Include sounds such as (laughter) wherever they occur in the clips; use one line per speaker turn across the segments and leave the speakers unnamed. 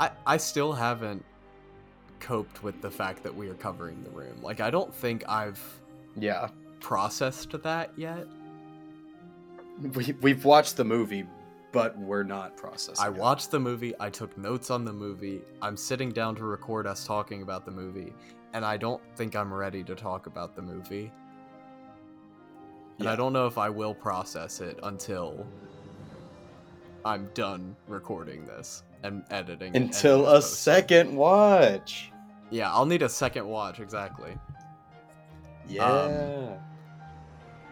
I I still haven't coped with the fact that we are covering the room. Like I don't think I've
Yeah.
processed that yet.
We, we've watched the movie, but we're not processing.
I
it.
watched the movie, I took notes on the movie. I'm sitting down to record us talking about the movie, and I don't think I'm ready to talk about the movie. And I
Yeah.
don't know if I will process it until I'm done recording this and editing it and
Until
then
a
it's posted.
second watch.
Yeah, I'll need a second watch exactly. Um,
Yeah.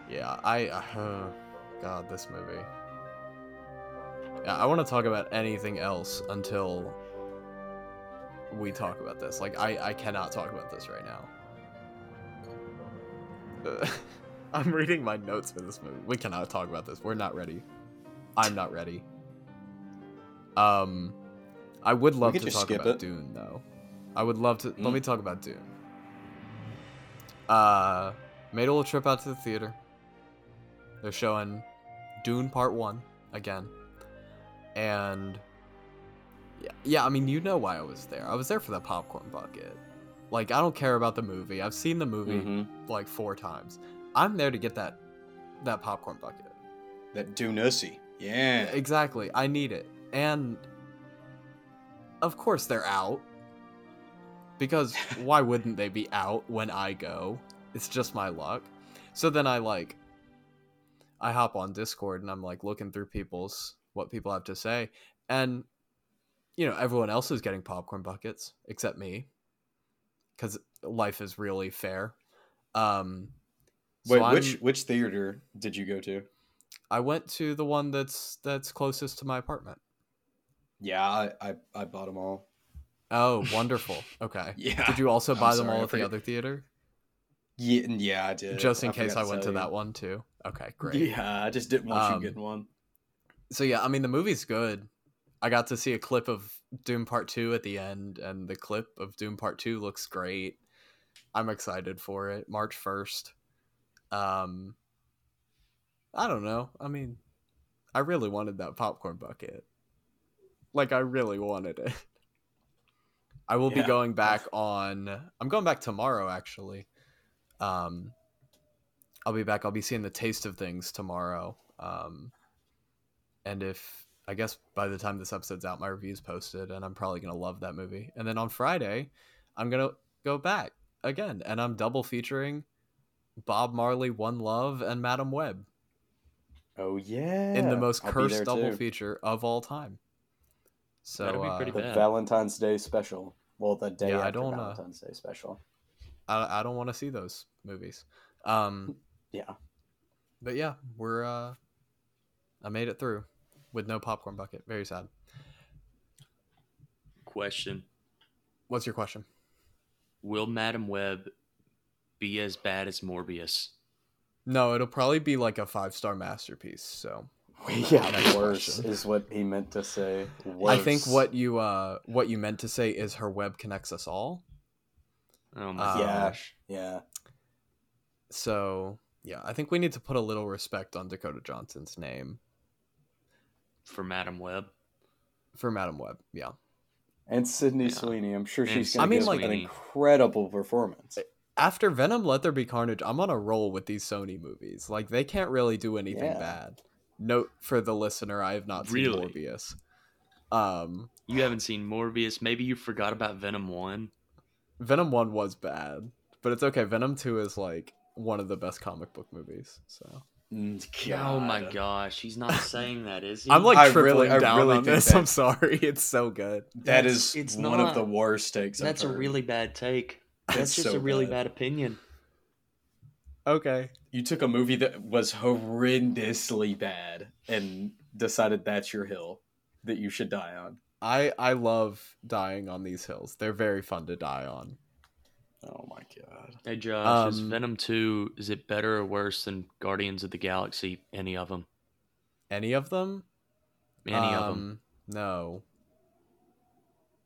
Yeah, I. Uh, God, this movie. Yeah, I want to talk about anything else until we talk about this. Like, I, I cannot talk about this right now. (laughs) Uh, I'm reading my notes for this movie. We cannot talk about this. We're not ready. I'm not ready. Um, I would love
could
to
just
talk
skip
about
it.
Dune though. I would love to. Let
Mm.
me talk about Dune. Uh, made a little trip out to the theater. They're showing Dune Part One again, and yeah, yeah. I mean, you know why I was there. I was there for the popcorn bucket. Like, I don't care about the movie. I've seen the movie
Mhm.
like four times. I'm there to get that that popcorn bucket.
That Dunussy. Yeah.
Exactly. I need it. And of course they're out.
(laughs)
Because why wouldn't they be out when I go? It's just my luck. So then I like I hop on Discord and I'm like looking through people's what people have to say and you know everyone else is getting popcorn buckets except me cuz life is really fair. Um so
Wait,
I'm-
which which theater did you go to?
I went to the one that's that's closest to my apartment.
Yeah, I I, I bought them all.
Oh, wonderful. Okay.
(laughs) Yeah.
Did you also
I'm
buy them
sorry,
all
I
at the
forget-
other theater?
Yeah, yeah, I did.
Just in case
forgot
I went to
tell
that
you.
one too. Okay, great.
Yeah, I just didn't want
Um,
you getting one.
So yeah, I mean the movie's good. I got to see a clip of Doom Part 2 at the end and the clip of Doom Part 2 looks great. I'm excited for it. March 1st. Um I don't know. I mean, I really wanted that popcorn bucket. Like I really wanted it. (laughs) I will be
Yeah.
going back on I'm going back tomorrow actually. Um I'll be back. I'll be seeing the taste of things tomorrow. Um and if I guess by the time this episode's out my review's posted and I'm probably going to love that movie. And then on Friday, I'm going to go back again and I'm double featuring Bob Marley, One Love, and Madam Web
Oh yeah.
in the most
I'll be
cursed
there,
double
too.
feature of all time. So
That'd be pretty
uh,
The
Yeah.
Valentine's Day special. Well, the day
Yeah, I
after
don't, uh,
Valentine's Day special.
I, I don't want to see those movies. Um,
Yeah.
but yeah, we're uh, I made it through with no popcorn bucket. Very sad.
Question:
What's your question?
Will Madam Web be as bad as Morbius?
No, it'll probably be like a five star masterpiece. So Next
Yeah, worse
question.
is what he meant to say.
I think
Worse.
what you uh what you meant to say is her web connects us all.
Oh my
Uh,
Yeah.
gosh!
Yeah.
So yeah, I think we need to put a little respect on Dakota Johnson's name
For Madam Web,
for Madam Web. Yeah,
And Sydney
Yeah.
Sweeney, I'm sure
And
she's going
Sydney
to give an
Sweeney.
incredible performance.
after Venom, Let There Be Carnage, I'm on a roll with these Sony movies. Like they can't really do anything
Yeah.
bad. Note for the listener, I have not seen
Really?
Morbius. Um,
you haven't seen Morbius. Maybe you forgot about Venom One.
Venom One was bad, but it's okay. Venom Two is like one of the best comic book movies. So
Mm,
Oh
(laughs)
my
God.
gosh, he's not saying that, is he?
I'm like
I really-
tripling
I
down
really
on
think
this. (laughs)
that-
I'm sorry, it's so good.
That
That's-
is
it's
one
not-
of the worst takes. I've
that's a
heard.
really bad take. That's
It's
just
so
a really
bad.
bad opinion.
Okay,
You took a movie that was horrendously bad and decided that's your hill that you should die on.
I I love dying on these hills. They're very fun to die on.
Oh my god.
Hey Josh, is
Um,
Venom Two is it better or worse than Guardians of the Galaxy? Any of them?
Any of them?
Any of them?
Um, No.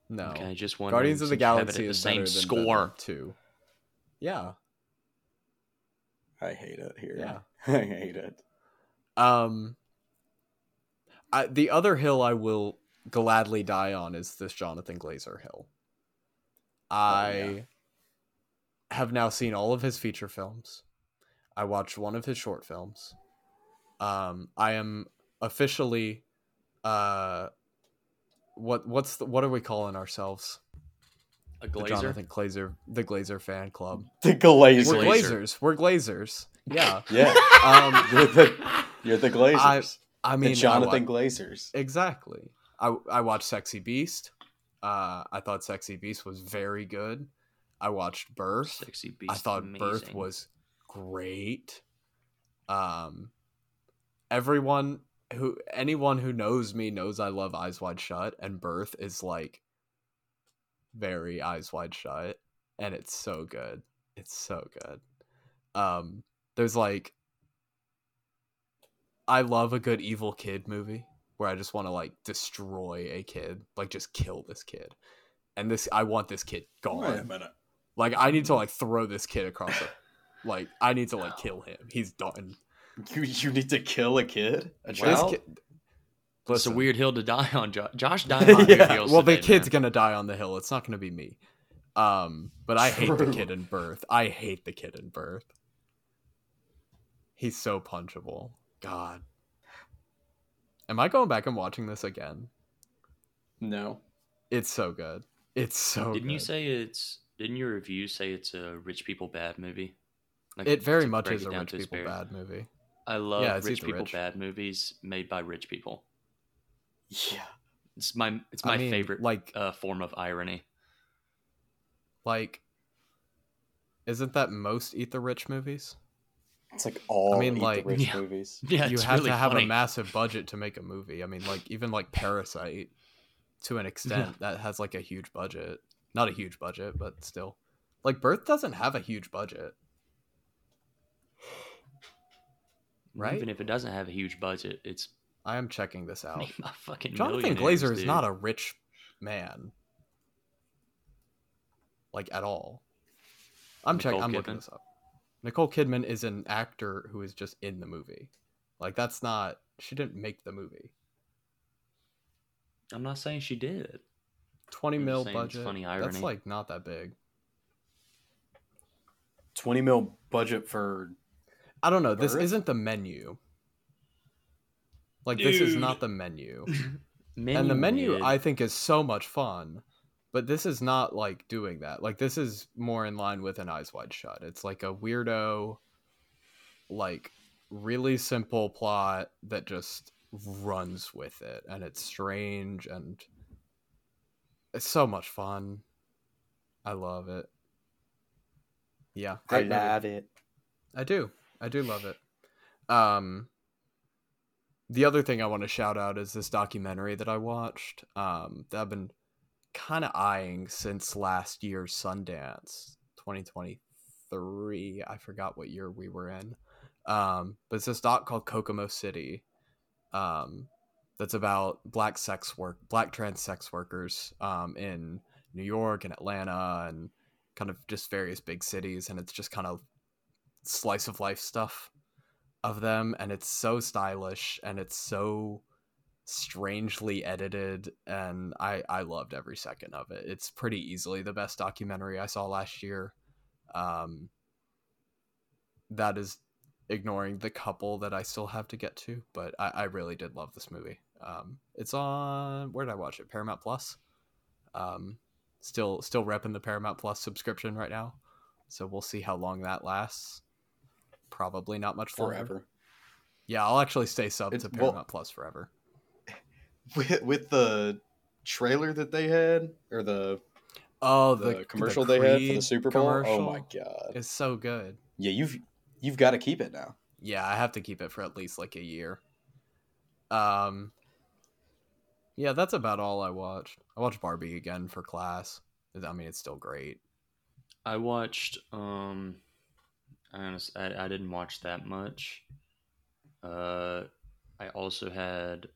No.
Okay, just one.
Guardians of the Galaxy
the
is
same
better than
score.
too. Yeah.
I hate it here.
Yeah.
(laughs) I hate it.
Um. I, the other hill I will gladly die on is this Jonathan Glazer Hill.
Oh,
I have now seen all of his feature films. I watched one of his short films. Um, I am officially, uh, what what's the, what are we calling ourselves?
A
The
glazer.
Jonathan Glazer, the Glazer fan club.
The Glazers.
We're
Glazer.
Glazers. We're Glazers. Yeah.
Yeah,
Um,
you're the you're the Glazers.
I I mean, I
the Jonathan
wa-
Glazers.
Exactly. I I watched Sexy Beast. Uh, I thought Sexy Beast was very good. I watched Birth.
Sexy beast.
I thought Birth
amazing.
was great. Um, everyone who anyone who knows me knows I love Eyes Wide Shut, and Birth is like very Eyes Wide Shut, and it's so good. It's so good. Um, there's like, I love a good evil kid movie where I just want to like destroy a kid, like just kill this kid, and this I want this kid gone.
Wait a minute.
Like I need to like throw this kid across
(laughs)
the like I need to like kill him. He's done.
(laughs) You you need to kill a kid, a
This
child.
kid-
It's
(laughs)
a
Listen.
weird hill to die (laughs) on. Jo-
(laughs)
Josh died on yeah.
Yeah.
hills.
Well, the
today,
kid's
man.
gonna die on the hill. It's not gonna be me. Um, but I hate the
True.
kid in birth. I hate the kid in birth. He's so punchable. God. Am I going back and watching this again?
No,
It's so good. It's so
Didn't you
good.
say it's? Didn't your review say it's a rich people bad movie? Like,
it very
to
much
break
is
it
a
down
rich
to its
people
bare-
bad movie.
I love
Yeah, it's
rich
either
people
rich-
bad movies made by rich people.
yeah,
It's my it's
I
my
mean,
favorite
Like
uh, form of irony. (laughs)
like isn't that most eat the rich movies?
it's like all
I mean,
Eat
like-
the rich
Yeah.
movies.
Yeah,
you
it's
have
really
to have
funny.
a massive budget to make a movie. I mean, like even like Parasite, to an extent, that has like a huge budget. Not a huge budget, but still, like Birth doesn't have a huge budget. right?
Even if it doesn't have a huge budget, it's
I am checking this out.
(laughs) made by fucking
Oh. Jonathan
millionaires,
Glazer is
dude.
not a rich man, like at all. I'm checking.
Nicole
I'm looking
Kidman?
this up. Nicole Kidman is an actor who is just in the movie. Like that's not. She didn't make the movie.
I'm not saying she did.
20
I'm just
mil
saying it's
budget.
funny irony.
That's like not that big.
Twenty mil budget for
I don't know. This
Earth?
isn't the menu. Like this is not
Dude.
the menu. and the menu
mid.
I think is so much fun, but this is not like doing that. Like this is more in line with an eyes wide shut. It's like a weirdo like really simple plot that just runs with it and it's strange and it's so much fun. I love it. Yeah. great movie.
it.
I do. I do love it. Um, the other thing I want to shout out is this documentary that I watched um, that I've been kind of eyeing since last year's Sundance 2023. I forgot what year we were in. Um, but it's this doc called Kokomo City um, that's about black sex work, black trans sex workers um, in New York and Atlanta and kind of just various big cities. And it's just kind of slice of life stuff of them and it's so stylish and it's so strangely edited and I I loved every second of it. It's pretty easily the best documentary I saw last year. Um that is ignoring the couple that I still have to get to, but I, I really did love this movie. Um it's on where did I watch it? Paramount Plus. Um still still repping the Paramount Plus subscription right now. So we'll see how long that lasts. Probably not much longer.
forever.
Yeah, I'll actually stay sub
It's-
to
well-
Paramount Plus forever.
With, with the trailer that they had, or the
Oh,
the,
the,
commercial they had for the
Creed
Super Bowl. Oh
commercial
my god!
is so good.
Yeah, you've you've got to keep it now.
Yeah, I have to keep it for at least like a year. Um, yeah, that's about all I watched. I watched Barbie again for class. I mean, it's still great.
I watched. Um, I honest, I, I didn't watch that much. Uh, I also had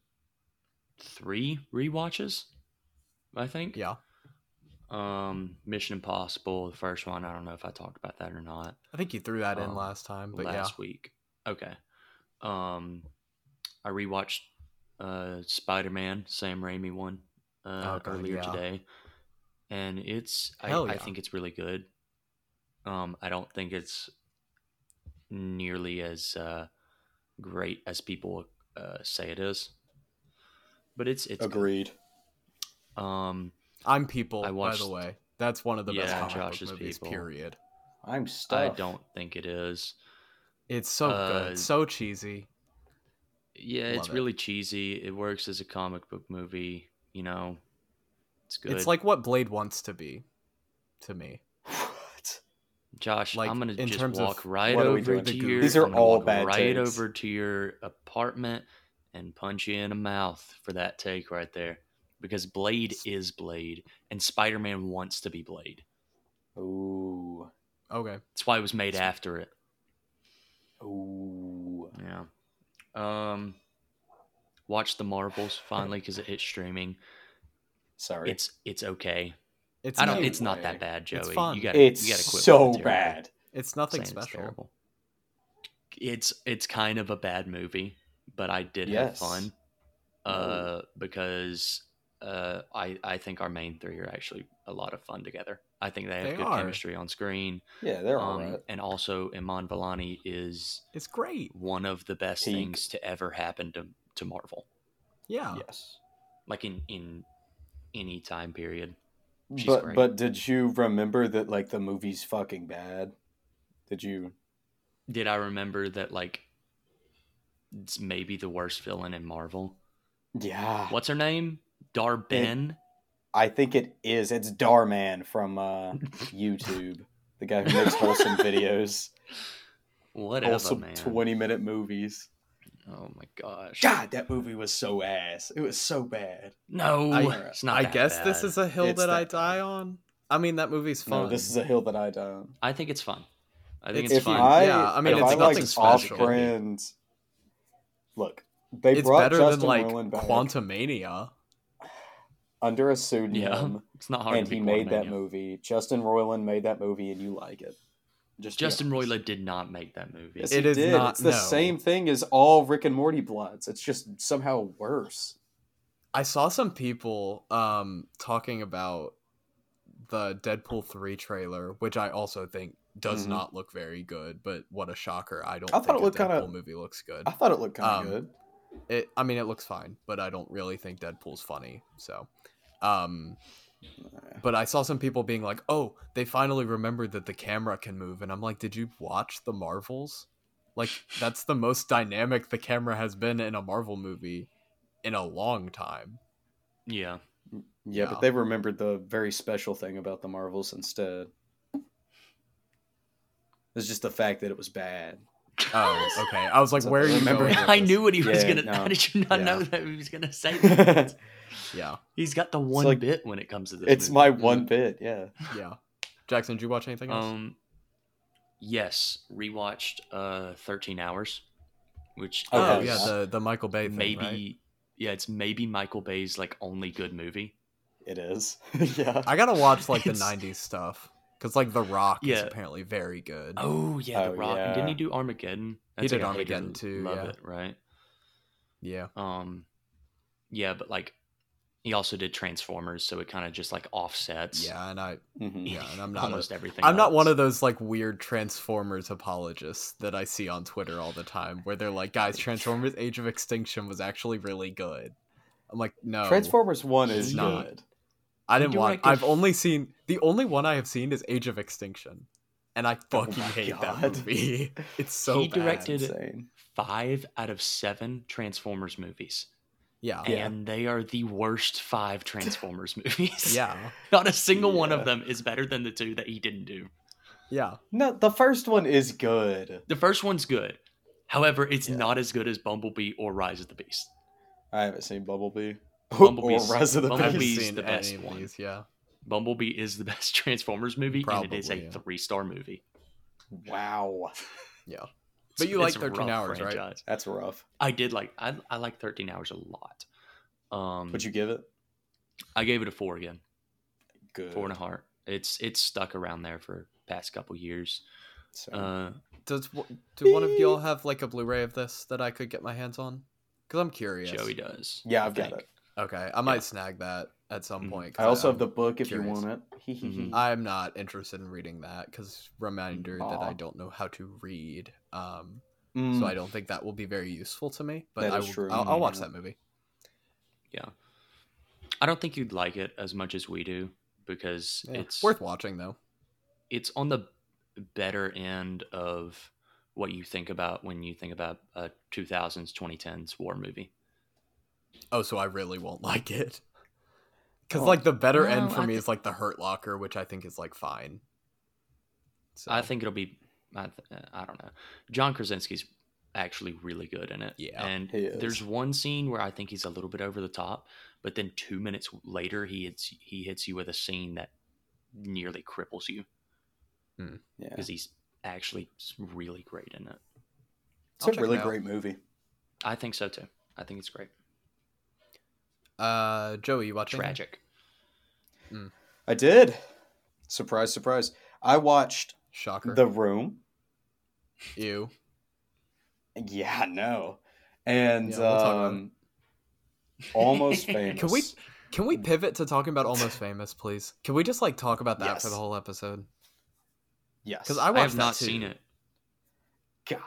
three rewatches. I think.
Yeah,
Um, Mission Impossible, the first one. I don't know if I talked about that or not
I think you threw that in
Um,
last time, but
last week. Okay. Um, I rewatched uh, Spider Man, Sam Raimi one uh,
Oh, God,
earlier
yeah.
today, and it's I,
Hell
I
yeah.
think it's really good. Um, I don't think it's nearly as uh, great as people uh, say it is, but it's it's good.
Agreed.
um
I'm people,
I watched-
by the way. That's one of the best
Yeah,
comic book
Josh's
movies,
People.
period.
I'm stuck.
I don't think it is.
It's so
Uh,
good, so cheesy.
Yeah, it's
Love it.
really cheesy. It works as a comic book movie. You know, it's good.
It's like what Blade wants to be to me.
What?
Josh,
like,
I'm gonna
in
just
terms of
walk right
what are we
over
doing?
to
The
your.
These
are
I'm gonna
all
walk
bad
Right
takes.
over to your apartment and punch you in the mouth for that take right there, because Blade is Blade, and Spider-Man wants to be Blade.
Ooh.
Okay.
That's why it was made after it.
Ooh.
Yeah. Um, watch the Marvels finally because it hit streaming.
Sorry.
It's it's okay.
It's
I don't.
new.
no
It's not
way.
that bad, Joey.
It's fun.
You got.
It's
You got to quit.
so
with the terrible-
bad.
It's nothing
saying it's
special.
terrible. It's it's kind of a bad movie, but I did have
Yes.
fun uh, because uh, I I think our main three are actually a lot of fun together. I think they have
They
good
are.
chemistry on screen,
Yeah, they're all
um,
right.
and also Iman Vellani is
It's great.
one of the best
Peak.
things to ever happen to to Marvel,
Yeah.
Yes.
like in in any time period. She's
But
great.
but did you remember that like the movie's fucking bad? Did you?
Did I remember that like it's maybe the worst villain in Marvel?
Yeah.
What's her name? Darben.
I think it is. It's Darman
(laughs)
from uh, YouTube, the guy who makes wholesome videos,
Whatever,
wholesome
man.
twenty minute movies.
Oh my gosh.
God, that movie was so ass. It was so bad.
No,
I-
it's not.
I
that
guess this
bad.
is a hill
It's
that I
that
die on. I mean, that movie's fun.
No, this is a hill that I don't.
I think it's fun. I think
It's
it's,
If
fun.
I,
Yeah, I mean,
if
it's
I like
nothing special.
off brand, look, they
it's
brought
better
Justin
than like
Roiland back
Quantumania.
under a pseudonym,
it's not hard.
and
to beat
he made that
Quantumania.
movie. Justin Roiland made that movie, and you like it. Just be
Justin
honest.
Roiland did not make that movie.
Yes,
It
he
is
did.
not-
It's the
no.
same thing as all Rick and Morty bloods. It's just somehow worse.
I saw some people um talking about the Deadpool 3 trailer, which I also think does
Mhm.
not look very good, but what a shocker. I don't
I
think
thought it
a
looked
Deadpool
kinda-
movie looks good.
I thought it looked
Um,
kind of good.
It I mean it looks fine, but I don't really think Deadpool's funny. So um but I saw some people being like, "Oh, they finally remembered that the camera can move." And I'm like, "Did you watch the Marvels? Like that's the most dynamic the camera has been in a Marvel movie in a long time."
Yeah.
Yeah,
yeah.
but they remembered the very special thing about the Marvels instead. It's just the fact that it was bad.
(laughs)
(laughs)
Oh, okay. I was like, "Where are you
Remember-
going?" with
I
this?
knew what he was
Yeah,
gonna. (laughs)
no.
How did you not
Yeah.
know that he was
(laughs)
gonna say that?
it's
Yeah,
He's got the one
like-
bit when it comes to this. movie.
my one bit. Yeah.
yeah. Jackson, did you watch anything else?
Um, yes, rewatched uh 13 hours, which
oh
okay.
is
yeah, the the Michael Bay thing.
maybe
right?
yeah, it's maybe Michael Bay's like only good movie.
It is. (laughs) yeah.
I gotta watch like the
It's-
'90s stuff because like The Rock is
Yeah.
apparently very good.
Oh yeah, The
Oh,
Rock. And Didn't he
yeah.
do Armageddon?
He did
like, I
Armageddon
hated-
too,
Love
yeah.
it, right?
Yeah,
Um, yeah, but like he also did Transformers, so it kind of just like offsets.
yeah, and
(laughs)
I
Mhm.
yeah, and I'm not a-
almost everything.
I'm not
else.
one of those like weird Transformers apologists that I see on Twitter all the time, where they're like, "Guys, Transformers: Age of Extinction was actually really good." I'm like, no,
Transformers One is
He-
not.
I didn't
He
watch.
directed-
I've only seen the only one I have seen is Age of Extinction, and I fucking
Oh my
hate that
God.
movie. (laughs) It's so
He
bad.
directed-
Insane.
five out of seven Transformers movies,
Yeah,
Yeah.
and they are the worst
(laughs)
five Transformers movies.
yeah,
(laughs) not a single one
Yeah.
of them is better than the two that he didn't do.
yeah.
No, the first one is good.
The first one's good, however, it's
Yeah.
not as good as Bumblebee or Rise of the Beast.
I haven't seen Bumblebee. (laughs)
Bumblebee's-
or Rise of the
I haven't
Bumblebee's
Beast.
seen
the best
any of
one.
these. Yeah,
Bumblebee is the (laughs) best Transformers movie, and it is a
Probably, yeah.
three-star movie.
Wow,
But you like
It's a
13
rough
Hours, right?
franchise.
that's rough.
I did like I, I like 13 hours a lot.
Mm.
Um
Would you give it?
I gave it a 4 again.
Good.
Four and a half. It's it's stuck around there for past couple years.
So-
Uh
Does w- do one of y'all have like a Blu-ray of this that I could get my hands on? Because I'm curious.
Joey does.
Yeah,
I
I've got
think.
it.
Okay, I might
Yeah.
snag that at some
Mhm.
point. 'cause
Mm-hmm. I also
I'm-
have the book if you
curious. Mm-hmm.
want it. (laughs) Hee hee hee.
Mhm.
I'm not interested in reading that because reminder that
Aw.
I don't know how to read. Um,
Mm.
so I don't think that will be very useful to me. But
That
I
is
will,
true.
I'll, I'll watch
Mhm.
that movie.
I don't think you'd like it as much as we do because
Yeah.
it's
worth watching though.
it's on the better end of what you think about when you think about a 2000s 2010s war movie.
Oh, so I really won't (laughs) like it. Because
Oh,
like the better end
no,
for
I
me
thi-
is like the Hurt Locker, which I think is like fine. So
I think it'll be. I, th- uh, I don't know. John Krasinski's actually really good in it.
Yeah,
and
he is.
there's one scene where I think he's a little bit over the top, but then two minutes later he hits he hits you with a scene that nearly cripples you
yeah.
because he's actually s- really great in it.
It's
I'll
a
check
really
it out.
great movie.
I think so too. I think it's great.
Uh, Joey, you watching?
Tragic.
I did. Surprise, surprise. I watched
Shocker.
The Room.
You.
Yeah, no. And
Yeah, we'll talk about
um, Almost
(laughs)
Famous.
Can we can we pivot to talking about Almost Famous, please? Can we just like talk about that for
Yes.
the whole episode?
Yes.
Because I
I,
watched
have not
that too.
seen it.
God.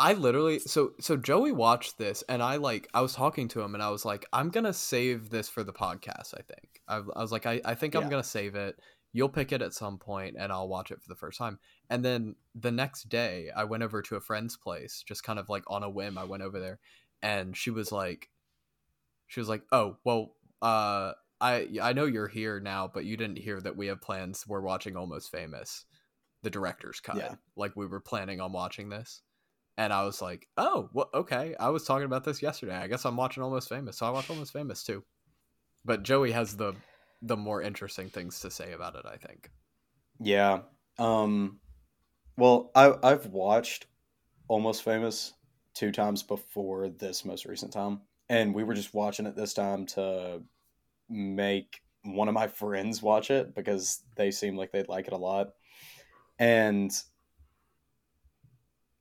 I literally so so Joey watched this and I like I was talking to him and I was like I'm gonna save this for the podcast I think I, I was like I, I think I'm
Yeah.
gonna save it you'll pick it at some point and I'll watch it for the first time and then the next day I went over to a friend's place just kind of like on a whim I went over there and she was like she was like oh well uh I I know you're here now but you didn't hear that we have plans we're watching Almost Famous the director's cut
Yeah.
like we were planning on watching this and I was like, "Oh, well, okay." I was talking about this yesterday. I guess I'm watching Almost Famous, so I watch Almost Famous too. But Joey has the the more interesting things to say about it, I think.
Yeah. Um, well, I, I've watched Almost Famous two times before this most recent time. And we were just watching it this time to make one of my friends watch it because they seem like they'd like it a lot. And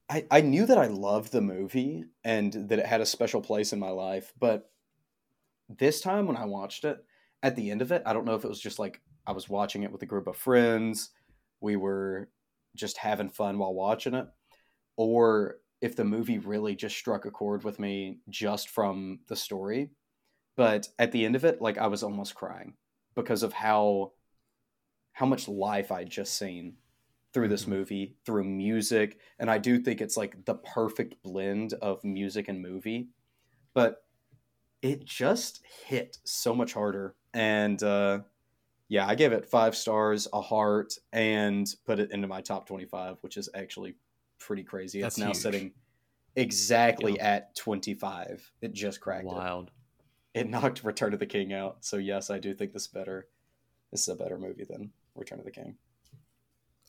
I, I knew that I loved the movie and that it had a special place in my life. But this time when I watched it, at the end of it, I don't know if it was just like I was watching it with a group of friends, we were just having fun while watching it, or if the movie really just struck a chord with me just from the story. But at the end of it, like I was almost crying because of how how much life I'd just seen through this
Mhm.
movie, through music, and I do think it's like the perfect blend of music and movie. But it just hit so much harder. And uh, yeah, I gave it five stars, a heart, and put it into my top 25, which is actually pretty crazy.
That's
it's now
huge.
sitting exactly at 25. It just cracked it.
Wild.
It knocked (laughs) Return of the King out. So yes, I do think this better. This is a better movie than Return of the King.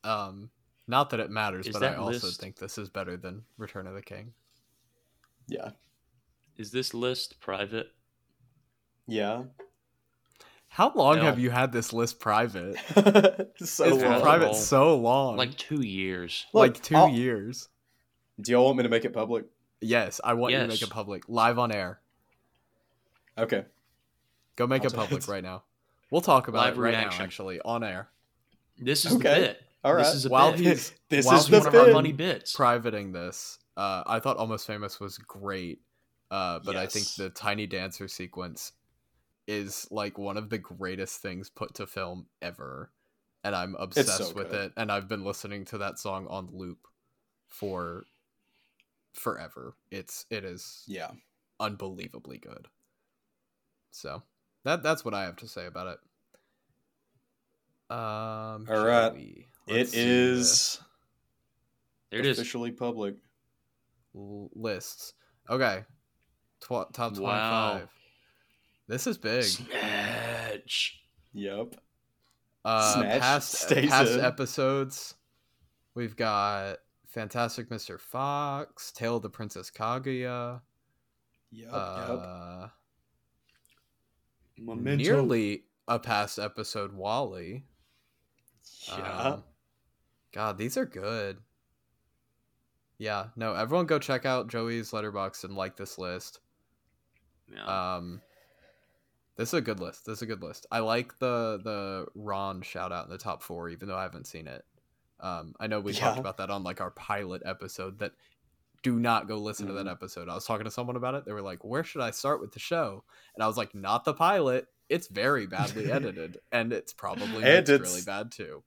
Um, not that it matters,
Is
but I
that
also
list-
think this is better than Return of the King.
Yeah.
Is this list private?
Yeah. (laughs)
How long
No.
have you had this list private?
so
it's
well.
been private
Well,
so long,
Like two years.
Look,
like 2
I'll-
years.
Do y'all want me to make it public?
Yes, I want you to make
Yes.
it public, live on air.
Okay.
Go make
I'll
it
do
public
it.
right now. We'll talk about
Live
it right
reaction.
now, actually, on air.
This is
Okay.
the bit.
All right.
This is a
While
(laughs)
bit.
he- he's-
this
while
is
This
he's
the
is one of our
bit.
funny bits.
privating this. Uh, I thought Almost Famous was great, uh, but I think
Yes.
the Tiny Dancer sequence is like one of the greatest things put to film ever, and I'm obsessed with
good.
it. And I've been listening to that song on loop for forever. It's it is
Yeah.
unbelievably good. So that that's what I have to say about it. Um,
All right.
Joey, let's
It
see this
is
There it is.
officially public.
l- lists. Okay. Tw- top 25.
Wow.
This is big.
Snatch.
Yep.
Uh,
Snatch
past
stays
past
in.
episodes, we've got Fantastic Mr. Fox, Tale of the Princess Kaguya,
Yep.
uh,
Memento.
nearly a past episode Wally.
yep. Yeah.
Uh, Um, God, these are good. Yeah, no, everyone go check out Joey's letterbox and like this list.
Yeah.
Um This is a good list. This is a good list. I like the the Ron shout out in the top 4 even though I haven't seen it. Um I know we talked
Yeah.
about that on like our pilot episode that do not go listen to that
Mhm.
episode. I was talking to someone about it. They were like, "Where should I start with the show?" And I was like, "Not the pilot. It's very
(laughs)
badly edited and it's probably
And
mixed really
it's-
bad too."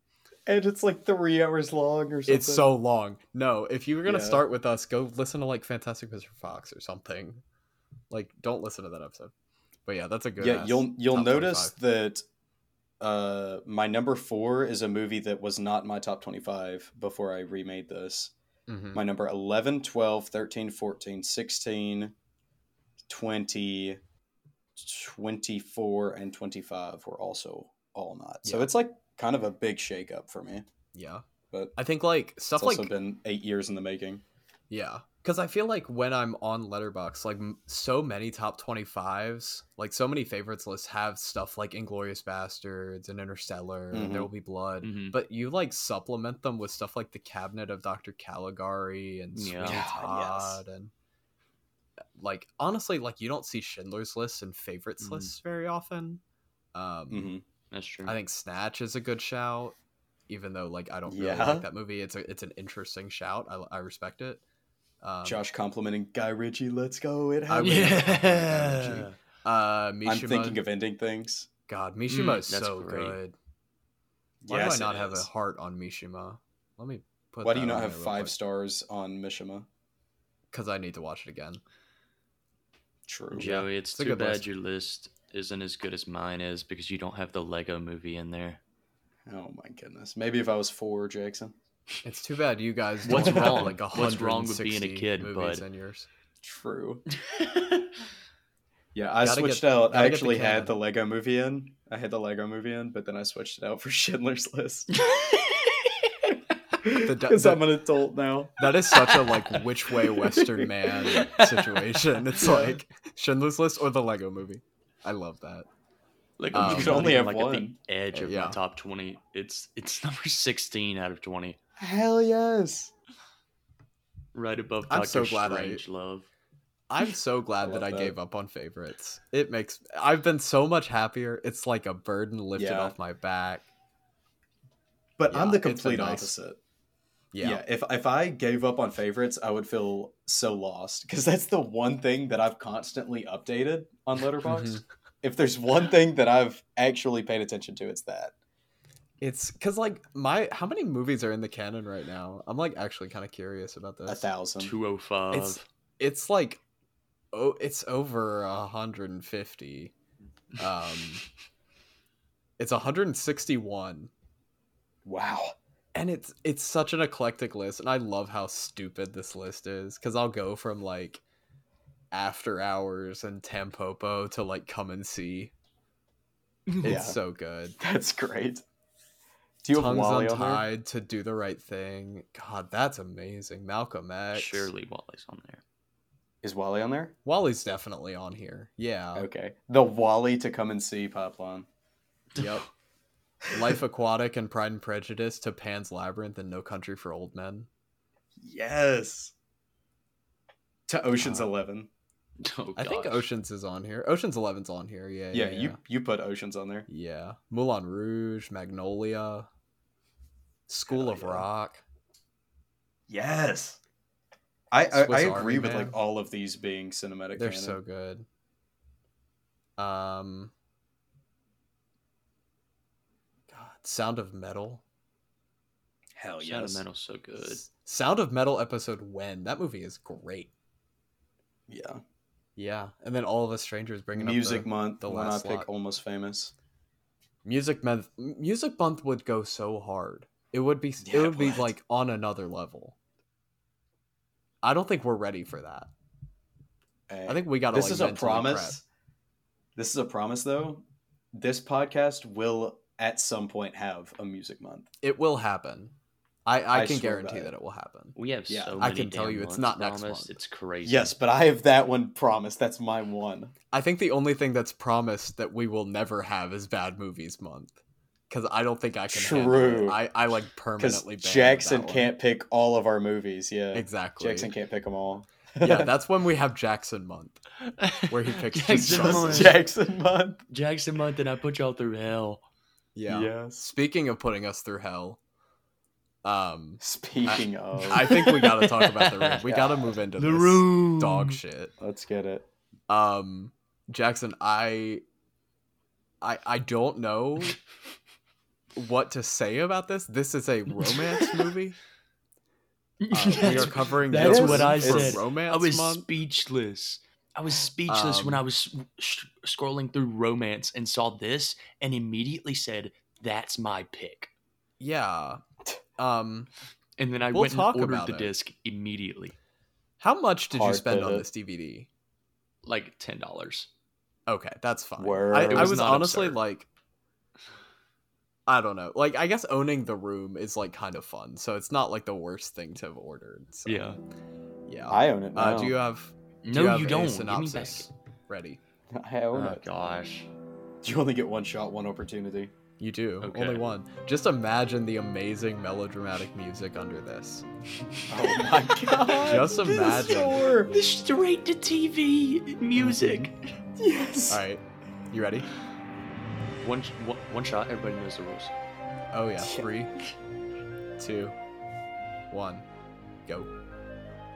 and it's like three hours long or something.
It's so long. No, if you were gonna
Yeah.
start with us, go listen to like Fantastic Mr. Fox or something. Like, don't listen to that episode. But yeah, that's a good.
yeah.
ass
You'll you'll
top
notice
25.
that uh, my number four is a movie that was not my top twenty five before I remade this.
Mhm.
My number 11, 12, 13, 14, 16, 20, 24, and 25 were also all not. So
Yeah.
it's like kind of a big shakeup for me.
Yeah,
But
I think like
it's
stuff like
also been eight years in the making.
yeah, because I feel like when I'm on Letterbox, like m- so many top twenty fives, like so many favorites lists have stuff like Inglorious Bastards and Interstellar, and
Mhm.
There Will Be Blood.
Mhm.
But you like supplement them with stuff like the Cabinet of Dr. Caligari and Sweeney
Yeah.
God,
Todd and like honestly, like you don't see Schindler's List and favorites
Mm-hmm.
Mhm.
lists very often. Um,
hmm
That's true.
(laughs)
I think Snatch is a good shout, even though like I don't really
Yeah.
like that movie. It's a, it's an interesting shout. I, I respect it. Um,
Josh complimenting Guy Ritchie. Let's go. It
I would-
happened.
Yeah.
(laughs)
uh, Mishima,
I'm thinking of ending things.
God, Mishima
Mm,
is
that's
so
great.
good. Why
Yes,
do I not
it
have a
is.
heart on Mishima? Let me. Put
Why do you not have five stars on Mishima?
Because I need to watch it again.
True.
Joey, it's,
it's a
too
good
bad
list.
your list isn't as good as mine is because you don't have the Lego movie in there.
Oh my goodness. Maybe if I was four, Jackson.
It's too bad you guys.
What's
don't have,
wrong?
Like a
What's wrong with being a
160
kid,
movies
bud?
in yours.
True. (laughs) Yeah, I
Gotta
switched
get-
out.
gotta
I
get the
actually had
canon.
the Lego movie in. I had the Lego movie in, but then I switched it out for (laughs) Schindler's List. (laughs)
du-
Because
the-
I'm an adult now.
That is such a like which way Western
(laughs)
man situation. It's
Yeah.
like Schindler's List or the Lego Movie. I love that.
Like
Um,
I'm
You
just
could
only
even,
have
like
one.
at the edge of
Yeah.
my top twenty. It's it's (laughs) number sixteen out of twenty,
Hell yes.
right above
I'm
Doctor
so glad I-
Strange Love.
(laughs)
I'm so glad
I
that
love
I
that.
gave up on favorites. It makes I've been so much happier. It's like a burden lifted
Yeah.
off my back.
But I'm
Yeah,
the
it's been
complete
nice.
opposite. Yeah.
Yeah.
If if I gave up on favorites, I would feel so lost because that's the one thing that I've constantly updated on
Mm-hmm.
Letterboxd. if there's one thing that I've actually paid attention to, it's that.
It's cuz like my how many movies are in the canon right now? I'm like actually kind of curious about
A
this.
thousand.
Two oh five.
It's it's like oh it's over 150. Um
(laughs)
it's 161.
Wow.
(laughs) and it's it's such an eclectic list and i love how stupid this list is because i'll go from like after hours and tampopo to like come and see it's
Yeah.
so good
(laughs) That's great. Do you have
tongues
Wally on there?
untied to do the right thing god that's amazing malcolm x
Surely Wally's on there. (laughs)
Is Wally on there?
wally's definitely on here yeah
Okay. The Wally to come and see pipeline.
yep life aquatic and pride and prejudice to pan's labyrinth and no country for old men
(laughs) Yes. To Ocean's
Uh,
Eleven.
Oh,
i think
gosh.
oceans is on here oceans 11's on here yeah
Yeah, you you put Oceans on there.
Yeah. Moulin Rouge, Magnolia, School
Hell
of
Oh, yeah.
Rock.
Yes. I I, I
Swiss
agree
Army
with
Man.
like all of these being cinematic.
They're
canon.
so good. Um God, Sound of Metal.
hell
Shadow
yes.
Oh, Metal's so good.
S- Sound of Metal episode when. That movie is great.
Yeah.
Yeah. And then all of us strangers bringing
Music
up the-
Month,
the
the one I
last
pick
lot.
almost famous.
Music Month Music Month would go so hard. It would be
Yeah,
it
it
would be
would.
like on another level. I don't think we're ready for that. I think we got to
this
like,
is a
mentally
promise.
prep.
This is a promise though. This podcast will at some point have a music month.
It will happen. I, I,
I
can
swear
guarantee
by it.
that it will happen.
We have
Yeah.
so
I
many.
can tell
damn
you it's not
months,
next
promise.
month.
It's crazy.
Yes, but I have that one promise. That's my one.
I think the only thing that's promised that we will never have is Bad Movies Month. because I don't think I can. handle it.
True.
I I like
because
permanently. banned that
Jackson
one.
can't pick all of our movies. Yeah,
exactly.
Jackson can't pick them all.
(laughs) yeah,
(laughs)
that's when we have Jackson month. Where he
(laughs)
picks just
Jackson
some.
(laughs)
Month.
Jackson month.
Jackson month, and I put y'all through hell.
Yeah.
Yes.
Speaking of putting us through hell,
(laughs)
um,
Speaking of,
I think we gotta talk about the room.
(laughs)
We gotta move into
The
this
room.
dog
(laughs)
shit.
let's get it.
Um, Jackson, I, I, I don't
(laughs)
know what to say about this. This is a
(laughs)
romance movie. Uh, we
That's-
are covering.
that's
the
what
room
I
for
said.
Romance
I was
month.
speechless. I was speechless when
Um,
I was sh- scrolling through romance and saw this, and immediately said, "That's my pick."
Yeah. Um,
And then I
We'll
went and
talk
ordered
about
the
it.
disc immediately,
how much did you
Hard
spend on
pivot.
this DVD?
like ten dollars.
Okay, that's fine.
Word.
I,
It
I
was
was
not
honestly
absurd.
like, I don't know. Like, I guess owning the room is like kind of fun, so it's not like the worst thing to have ordered. So,
Yeah.
yeah.
I own it now.
uh, do you have? do
No, you,
have a
don't. Give me back.
Synopsis ready.
(laughs) I own
uh,
Oh
it.
gosh.
You only get one shot, one opportunity.
You do.
Okay.
Only one. Just imagine the amazing melodramatic music under
(laughs)
this.
(laughs) Oh my
(laughs)
god!
Just
this
imagine.
door.
The straight to TV music.
Yes.
All right. You ready? Mm-hmm.
One, sh- one, one shot. Everybody knows the rules.
Oh, yeah. Three, two, one, go.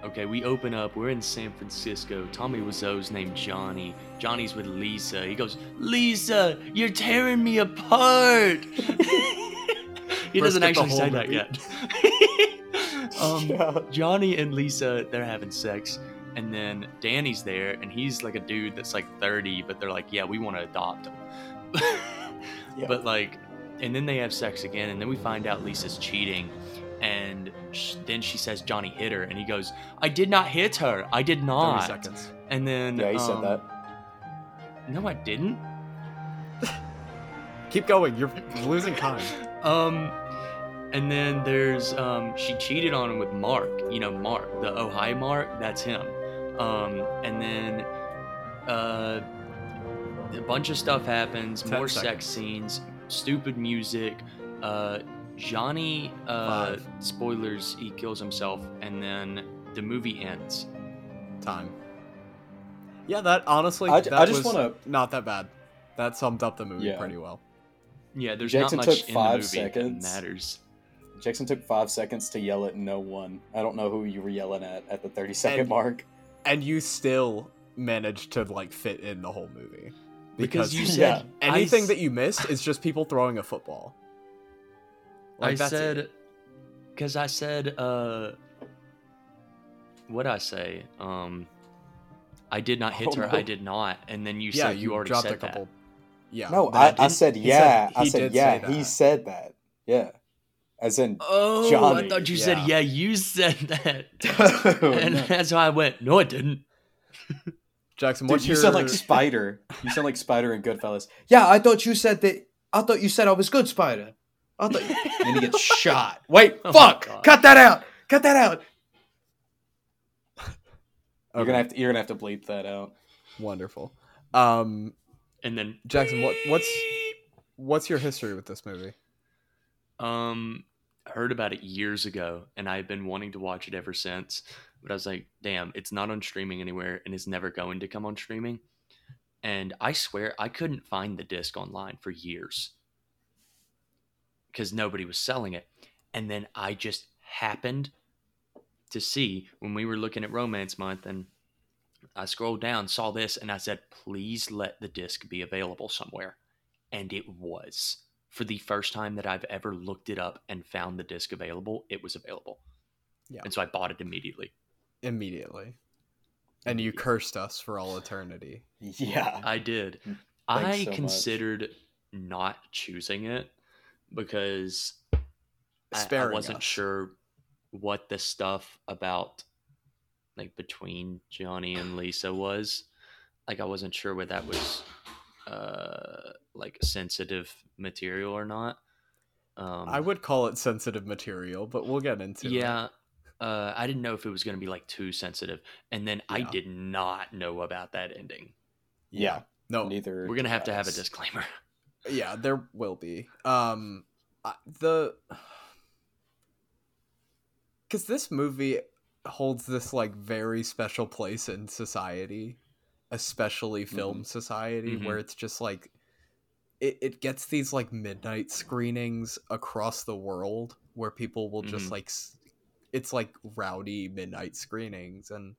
Okay, we open up. We're in San Francisco. Tommy Wiseau's named Johnny. Johnny's with Lisa. He goes, Lisa, you're tearing me apart. (laughs) he
First get
doesn't
the
actually
whole
say
movie.
that yet. (laughs)
(laughs)
um,
Yeah.
Johnny and Lisa, they're having sex. And then Danny's there, and he's like a dude that's like 30, but they're like, yeah, we want to adopt him. (laughs)
Yeah.
But like, and then they have sex again, and then we find out Lisa's cheating, and sh- then she says Johnny hit her, and he goes, "I did not hit her. I did
30
not."
seconds.
And then
yeah, he said
um,
that.
No, I didn't.
Keep going. You're losing
(laughs)
time.
Um, and then there's um, she cheated on him with Mark. You know, Mark, the Ohio Mark. That's him. Um, and then uh, a bunch of stuff happens.
Ten
more
seconds.
sex scenes. Stupid music. Uh, Johnny. Uh,
Five.
spoilers. He kills himself, and then the movie ends.
Time. Yeah, that honestly,
I,
that
I just
was
want
not that bad. That summed up the movie
Yeah.
pretty well.
Yeah, there's
Jackson
not
took
much in the
five
movie
seconds.
that matters.
to. Jackson took five seconds to yell at no one. I don't know who you were yelling at at the thirty second
And-
mark.
And you still managed to like fit in the whole movie
Because,
(laughs)
you
Because-
said
anything
I,
that you missed is just people throwing a football. Like,
I
that's it.
said, because I said, uh, what I say, um, I did not hit
Oh,
her.
no.
I did not, and then you
yeah,
said you, already
dropped
said
a couple. Yeah,
No,
that
I, I
didn't-
said
he
yeah. I
he
said
did
yeah.
say
he
that.
said that. Yeah, as
(laughs)
in. (laughs)
that. Oh, I
Johnny,
thought you
yeah. Oh,
said yeah. You
(laughs)
said that, and that's why I went. No, I didn't.
Jackson,
Dude,
what's
you
your
sound like Spider. You sound like Spider in Goodfellas. Yeah, I thought you said that. I thought you said I was good, Spider. I thought. then he
(laughs)
gets shot. Wait,
Oh my
fuck!
God.
Cut that out. Cut that out. You're
Okay,
gonna have to. You're gonna have to bleep that out.
wonderful. Um,
And then
Jackson, what what's what's your history with this movie?
um heard about it years ago, and I've been wanting to watch it ever since. But I was like, damn, it's not on streaming anywhere, and it's never going to come on streaming. And I swear, I couldn't find the disc online for years. because nobody was selling it. And then I just happened to see when we were looking at Romance Month, and I scrolled down, saw this, and I said, please let the disc be available somewhere. And it was. For the first time that I've ever looked it up and found the disc available, it was available.
Yeah.
And so I bought it immediately.
Immediately, and you cursed us for all eternity.
Yeah.
I did.
Thanks
I
so much.
considered not choosing it because I- I,
Sparing
wasn't
us.
sure what the stuff about like between Johnny and Lisa was. Like I wasn't sure whether that was uh like sensitive material or not. Um
I would call it sensitive material, but we'll get into it.
yeah. Uh, I didn't know if it was going to be like too sensitive, and then I
Yeah.
did not know about that ending.
Yeah.
No,
Neither.
We're going to have to
did
have a
us.
disclaimer. (laughs)
yeah, there will be. Um, I- the (sighs) because this movie holds this like very special place in society, especially film society,
Mhm.
where it's just like it, it gets these like midnight screenings across the world where people will just
Mhm.
like s- it's like rowdy midnight screenings and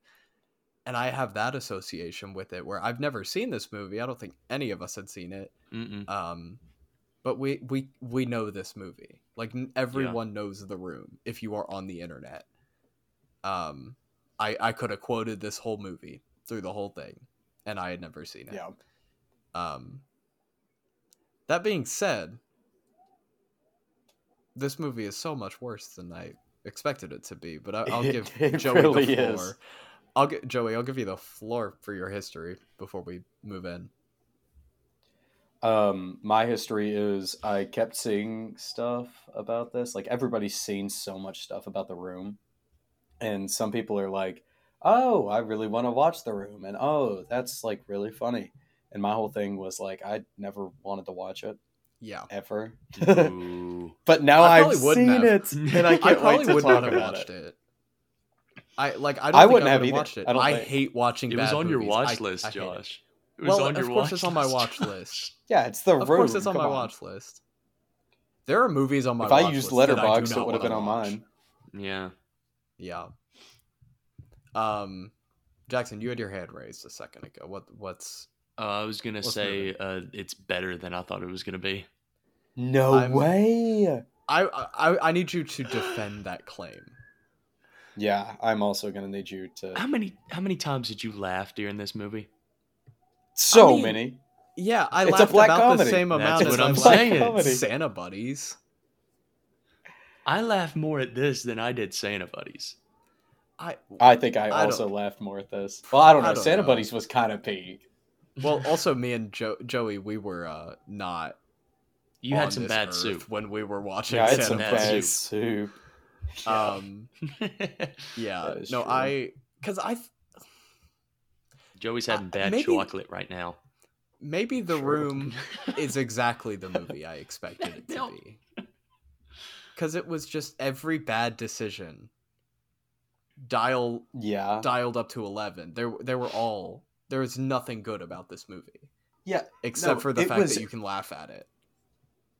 and I have that association with it where I've never seen this movie. I don't think any of us had seen it
Mm-mm.
um but we we we know this movie like n- everyone knows the room if you are on the internet um i i could have quoted this whole movie through the whole thing and i had never seen it
Yeah.
um that being said this movie is so much worse than i expected it to be but I, i'll
(laughs) It-
give
it
joey
really
the
is.
floor i'll get joey i'll give you the floor for your history before we move in
Um, my history is I kept seeing stuff about this. Like everybody's seen so much stuff about the room, and some people are like, "Oh, I really want to watch the room," and "Oh, that's like really funny." And my whole thing was like, I never wanted to watch it
yeah
ever,
Ooh.
(laughs) but now
I
I have
probably wouldn't
seen it, and
(laughs)
I
I
can't
probably
wait to
wouldn't
talk
have
about
watched
it.
it. I like. I don't
I
think
wouldn't
I
have
would've
either.
watched it.
I
I,
don't think-
hate watching.
It was
bad
on your
movies.
watch
I-
list,
I hate it.
Josh. It was
Well,
on
of
your
course
watch
it's on my
list,
watch
Josh.
list.
Yeah, it's the room.
Of course, it's on
come
my watch list. There are movies on my.
If
watch
I used
list that do
Letterboxd,
not
it would have
wanna
been on
watch.
mine.
(laughs) Yeah.
Yeah. Um, Jackson, you had your hand raised a second ago. What? What's?
Uh, I was gonna
Let's
say
move
uh, it's better than I thought it was gonna be.
No
I'm-
way.
I, I I need you to defend that claim.
Yeah, I'm also gonna need you
How
to.
many how many times did you laugh during this movie?
So
I mean-
many.
Yeah, I
It's a
laughed
black
about
comedy.
the same
That's
amount
what
as
I'm
I laughed (laughs)
saying.
at
Comedy.
Santa buddies.
I laugh more at this than I did Santa Buddies.
I
I think I,
I don't-
also laughed more at this. Well, I don't know.
I don't
Santa
know.
Buddies was kind of peak.
Well, also me and jo- Joey, we were uh, not.
You
on
had some
this
bad
earth
soup. (laughs)
when we were watching.
Yeah, I had
Santa
some
bad
bad
soup.
soup.
Um, yeah,
That is
no,
true.
I because I
Joey's
I-
having bad
Uh, maybe-
chocolate right now.
maybe the
Sure.
room
(laughs)
is exactly the movie I expected it to
No.
be because it was just every bad decision dial
Yeah.
dialed up to eleven. There, there were all there was nothing good about this movie.
Yeah,
except
no,
for the
it
fact
was-
that you can laugh at it.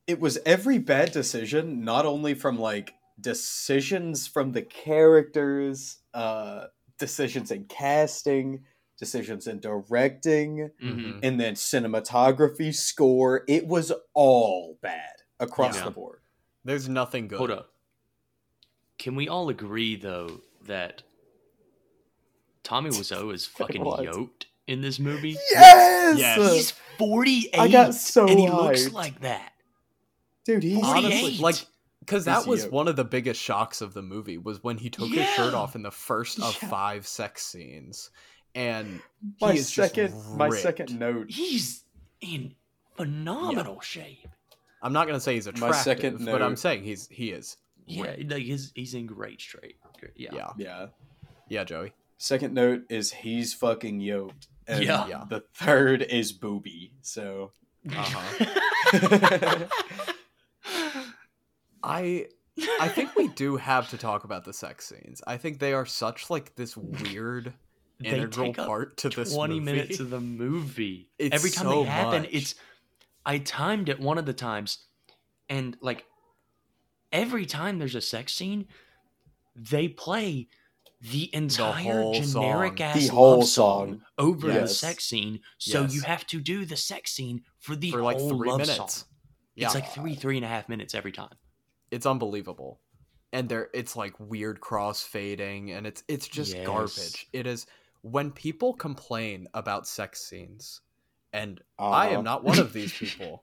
It was every bad decision, not only from like decisions from the characters, uh, decisions in casting, decisions in directing,
Mm-hmm.
Mhm.
and then cinematography, score. It was all bad across
Yeah.
the board.
There's nothing good.
Hold up. Can we all agree though that
(laughs)
Tommy Wiseau is fucking
What?
yoked in this movie?
Yes!
Yes.
He's forty eight.
I got so
and he looks
hyped.
like that.
Dude, he's
honestly
48.
like because that
He's
was
yoked.
one of the biggest shocks of the movie was when he took his shirt
Yeah.
off in the first of
Yeah.
five sex scenes and
my
he is
second
just
my
ripped.
second note
He's in phenomenal shape.
i'm not gonna say he's
My
attractive
second
but i'm
note-
saying he's he is
Yeah,
ripped.
like he's he's in great shape. Great- Yeah.
yeah
(laughs)
yeah,
yeah
joey
Second note is he's fucking yoked. And
Yeah.
Yeah.
The third is booby. So Uh-huh. (laughs)
(laughs)
i (laughs) i think we do have to talk about the sex scenes i think they are such like this weird
They
integral
take up
part to this
20
movie.
minutes of the movie.
(laughs) It's
Every time
so
they happen,
much.
it's I timed it one of the times and like every time there's a sex scene, they play the entire
whole
generic
song.
ass
the whole
love song,
song.
over the
Yes.
sex scene, so you
Yes.
have to do the sex scene for the
for like
whole
three
love
minutes
song.
yeah
It's like three, three and a half minutes every time.
it's unbelievable and there it's like weird cross fading and it's it's just
Yes.
garbage it is when people complain about sex scenes and i am not one of
(laughs)
these people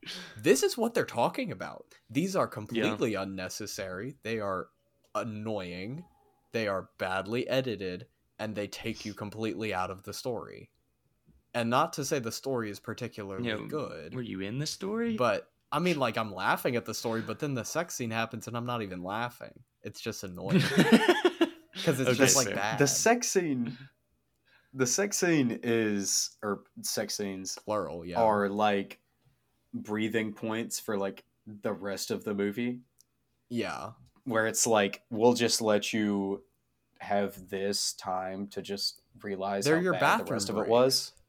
this is what they're talking about these are completely unnecessary they are annoying they are badly edited and they take you completely out of the story and not to say the story is particularly
Yeah,
good
Were you in the story? (laughs)
but I mean, like I'm laughing at the story, but then the sex scene happens and I'm not even laughing. It's just
(laughs)
annoying because it's
Okay,
just like
fair.
bad.
The sex scene the sex scene is or sex scenes
plural, yeah.
are like breathing points for like the rest of the movie (laughs)
Yeah.
where it's like we'll just let you have this time to just realize
They're
how
your
bad the
bathroom
rest of it
breaks.
was. (laughs)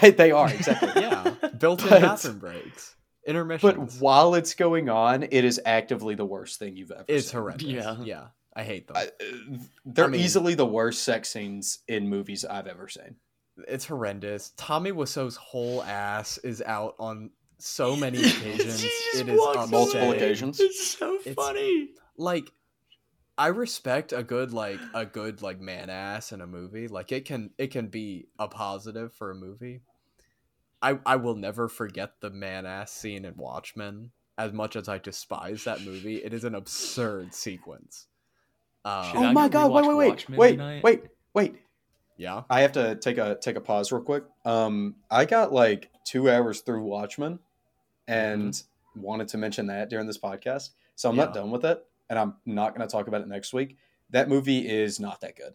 They, they
(laughs)
are exactly.
Yeah. Built in
But-
bathroom breaks.
But
Intermissions.
while it's going on, it is actively the worst thing you've ever
it's
seen.
horrendous.
Yeah.
Yeah. I hate them.
I- uh, they're
I mean-
easily the worst sex scenes in movies I've ever seen.
it's horrendous. Tommy Wiseau's whole ass is out on so
(laughs)
(laughs)
many occasions. it is
walks
upsetting.
Multiple
away.
occasions.
It's so
It's-
funny.
Like I respect a good like a good like man ass in a movie. Like it can it can be a positive for a movie. I I will never forget the man ass scene in Watchmen. As much as I despise that movie, it is an absurd sequence.
Should
Um,
oh
I
my
go
god! Wait,
rewatch
wait, wait,
Watchmen
wait,
tonight?
wait, wait!
yeah.
I have to take a take a pause real quick. Um, I got like two hours through Watchmen, and wanted to mention that during this podcast. So I'm not
Yeah.
done with it, and I'm not going to talk about it next week. That movie is not that good.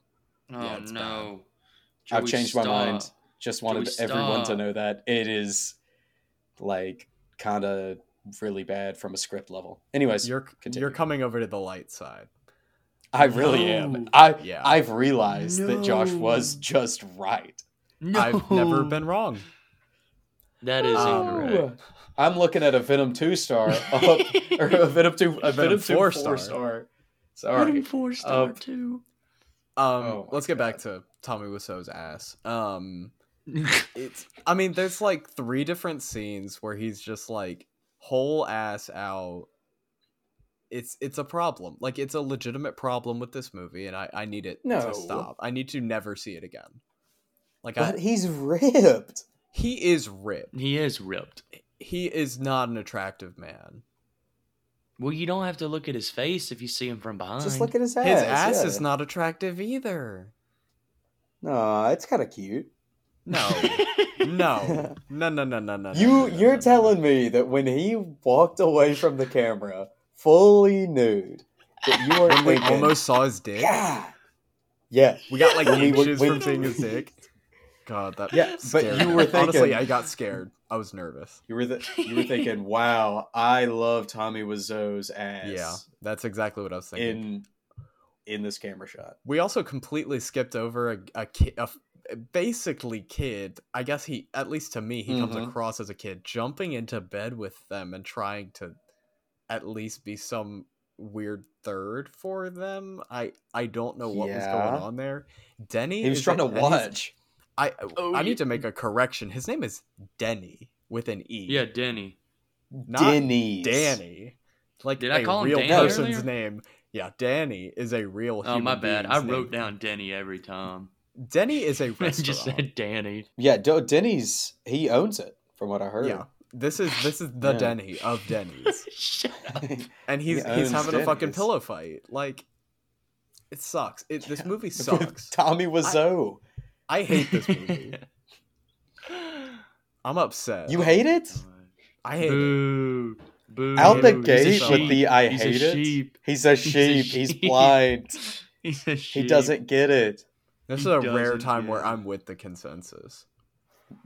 Oh
Yeah, it's
no.
I've
Joey,
changed my mind.
stop.
Just wanted
Joey,
everyone to
stop.
know that it is like kind of really bad from a script level. Anyways,
You're
continue.
you're coming over to the light side.
I really
No.
am. I
Yeah.
I've realized that Josh
No.
was just right.
No.
I've never been wrong.
That is
Um,
incorrect.
I'm looking at a Venom two
(laughs)
star up or a Venom two a Venom, two four star. Sorry.
four
star,
too.
Um,
Oh my
let's get back to Tommy Wiseau's ass. Um, it's I mean, there's like three different scenes where he's just like whole ass out. It's it's a problem. Like it's a legitimate problem with this movie, and I I need it
No.
to stop. I need to never see it again. Like I,
But he's ripped.
he is ripped.
(laughs) he is ripped.
He is not an attractive man.
Well, you don't have to look at his face if you see him from behind.
Just look at his ass.
His ass
yeah.
is not attractive either.
Aw, it's kind of cute. (laughs)
No, no, no, no, no, no, no.
You you're telling me that when he walked away from the camera fully nude, that you were
When we
thinking,
almost saw his dick.
yeah, yeah.
We got like
(laughs) When we-
inches
when-
from seeing his dick. God, that
Yeah, but
scared
you
me.
were
honestly,
thinking-
I got scared. I was nervous.
You were the, you
(laughs)
were thinking, wow, I love Tommy Wiseau's ass.
Yeah, that's exactly what I was thinking.
in in this camera shot.
we also completely skipped over a, a kid, a, f- basically kid. I guess he, at least to me, he comes
Mhm.
across as a kid jumping into bed with them and trying to at least be some weird third for them. I I don't know what was
Yeah.
going on there. Denny,
He was
is
trying to
it- and he's-
watch.
I
Oh,
I
yeah.
need to make a correction. His name is Denny with an e.
yeah, Denny.
not
Denny's.
Danny. Like
Did
a
I call him
real
Danny
person's
earlier?
name. Yeah, Danny is a real.
Oh
Human
my bad. I
being's
wrote
name.
down Denny
(laughs)
every time.
Denny is a
(laughs) I
restaurant.
just said Danny.
Yeah, Do- Denny's. He owns it, from what I heard.
yeah, this is this is the
Yeah.
Denny of Denny's,
Shut up.
(laughs)
and
He
he's he's
owns
having a fucking
Denny's.
pillow fight. Like, it sucks. It this
Yeah. (laughs)
movie
With
sucks.
Tommy Wiseau.
I hate this
(laughs)
movie. I'm upset.
you hate it?
I hate it.
Boo. Boo.
Out the
He's a
gate with
sheep.
the I
He's a
hate it.
sheep. (laughs)
He's a
He's a
sheep. He's
sheep.
blind.
He's a sheep.
He doesn't get it.
This
He
is a
doesn't
rare time where
get it.
I'm with the consensus,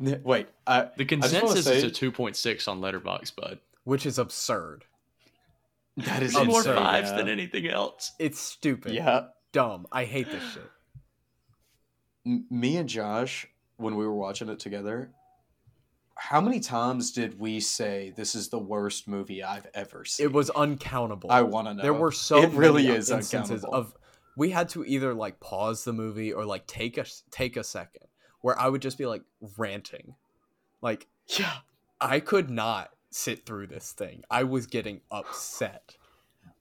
N- Wait, I,
The
just wanna
consensus is
say-
a 2.6 on Letterbox, bud.
which is absurd.
that is
I'm
More
sorry,
absurd.
fives
yeah.
than anything else.
It's stupid.
Yeah,
Dumb. I hate this shit.
M- me and Josh, when we were watching it together, how many times did we say this is the worst movie I've ever seen?
It was uncountable.
I want to know.
There were so
It really
many
is
instances
uncountable.
of we had to either like pause the movie or like take a take a second where I would just be like ranting. Like
Yeah.
I could not sit through this thing. I was getting upset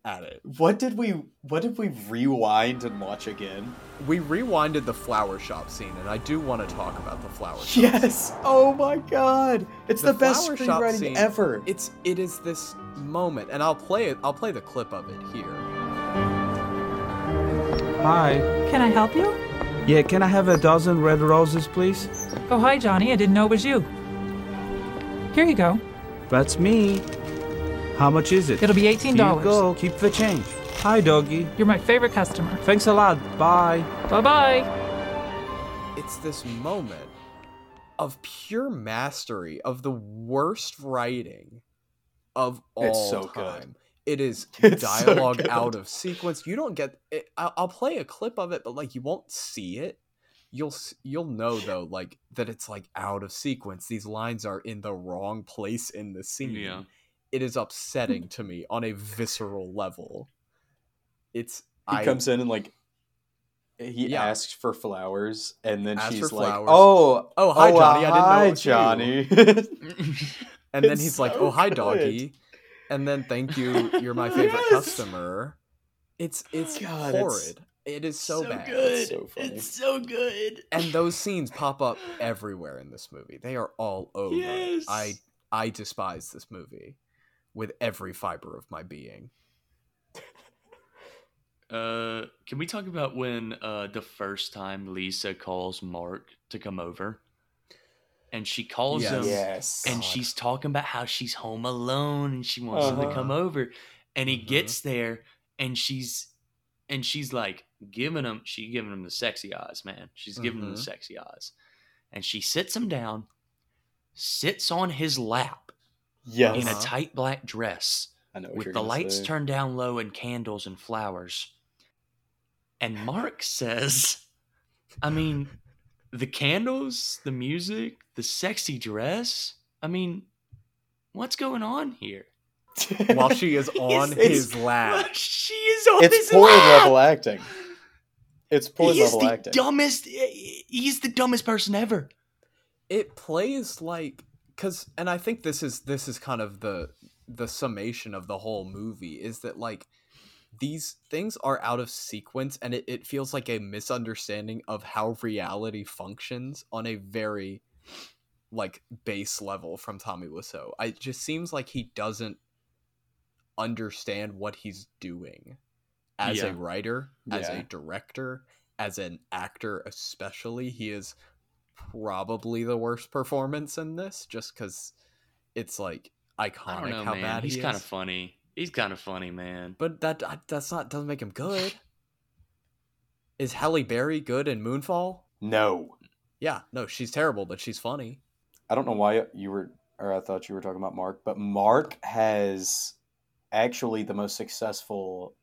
at it.
What did we? What did we rewind and watch again?
We rewinded the flower shop scene and I do want to talk about the flower shop.
Yes. Oh my God! It's
The
the, best
flower shop
screenwriting
scene-
ever.
It's it is this moment and I'll play it I'll play the clip of it here.
Hi.
Can I help you?
Yeah, can I have a dozen red roses, please?
Oh, hi, Johnny. I didn't know it was you. Here you go.
That's me. How much is it?
It'll be
Here
$18.
you go. Keep the change. Hi, doggy.
You're my favorite customer.
Thanks a lot. Bye.
Bye bye.
It's this moment of pure mastery of the worst writing of all
It's so
time.
good.
It is
(laughs) It's so
dialogue
good.
out of sequence. You don't get. It, I'll, I'll play a clip of it, but like you won't see it. You'll s- you'll know though, like that it's like out of sequence. These lines are in the wrong place in the scene.
Yeah.
It is
(laughs)
upsetting to me on a visceral level. It's
He
I
comes in and like he
Yeah.
asks for flowers, and then
Asks
she's
for
like,
flowers.
"Oh,
oh hi
oh,
Johnny, I didn't know it was you."
Hi, Johnny.
(laughs) And then
It's
he's like,
so
"Oh, hi,
good.
doggy," and then "Thank
(laughs)
you, you're my favorite
Yes. Oh,
customer." It's it's
God, it's
horrid. It is so, bad.
good. so funny. It's
so good.
And those scenes pop up everywhere in this movie. They are all over. it.
Yes.
I I despise this movie with every fiber of my
(laughs)
being.
Uh, can we talk about when uh the first time Lisa calls Mark to come over, and she calls
Yes.
him,
yes.
and
God.
she's talking about how she's home alone and she wants him
Uh-huh.
to come over, and he
Mhm.
gets there and she's, and she's like giving him, she giving him the sexy eyes, man. She's giving him
Mhm.
the sexy eyes, and she sits him down, sits on his lap
yes.
in a
Uh-huh.
tight black dress
I know what
with
you're
the
gonna
lights
say.
turned down low and candles and flowers. And
(laughs)
Mark says, I mean, the candles, the music, the sexy dress. I mean, what's going on here?
While she is on
It's-
his lap,
(laughs) she is on
Ah. it's
his
poor
lap!
level
"Ah!"
acting. It's poor
He's
level
the
acting.
dumbest. eh, He's the dumbest person ever.
it plays like because and i think this is this is kind of the the summation of the whole movie is that like these things are out of sequence and it, it feels like a misunderstanding of how reality functions on a very like base level from tommy Wiseau. I- it just seems like he doesn't understand what he's doing as
Yeah.
a writer as
Yeah.
a director as an actor especially he is probably the worst performance in this just because it's like
I
iconic
don't know,
how
man.
bad
He's
he
kind
is.
of funny. He's kind of funny, man.
but that that's not doesn't make him good. Is Halle Berry good in Moonfall?
No,
Yeah, no, she's terrible, but she's funny.
I don't know why you were, or I thought you were talking about Mark, but Mark has actually the most successful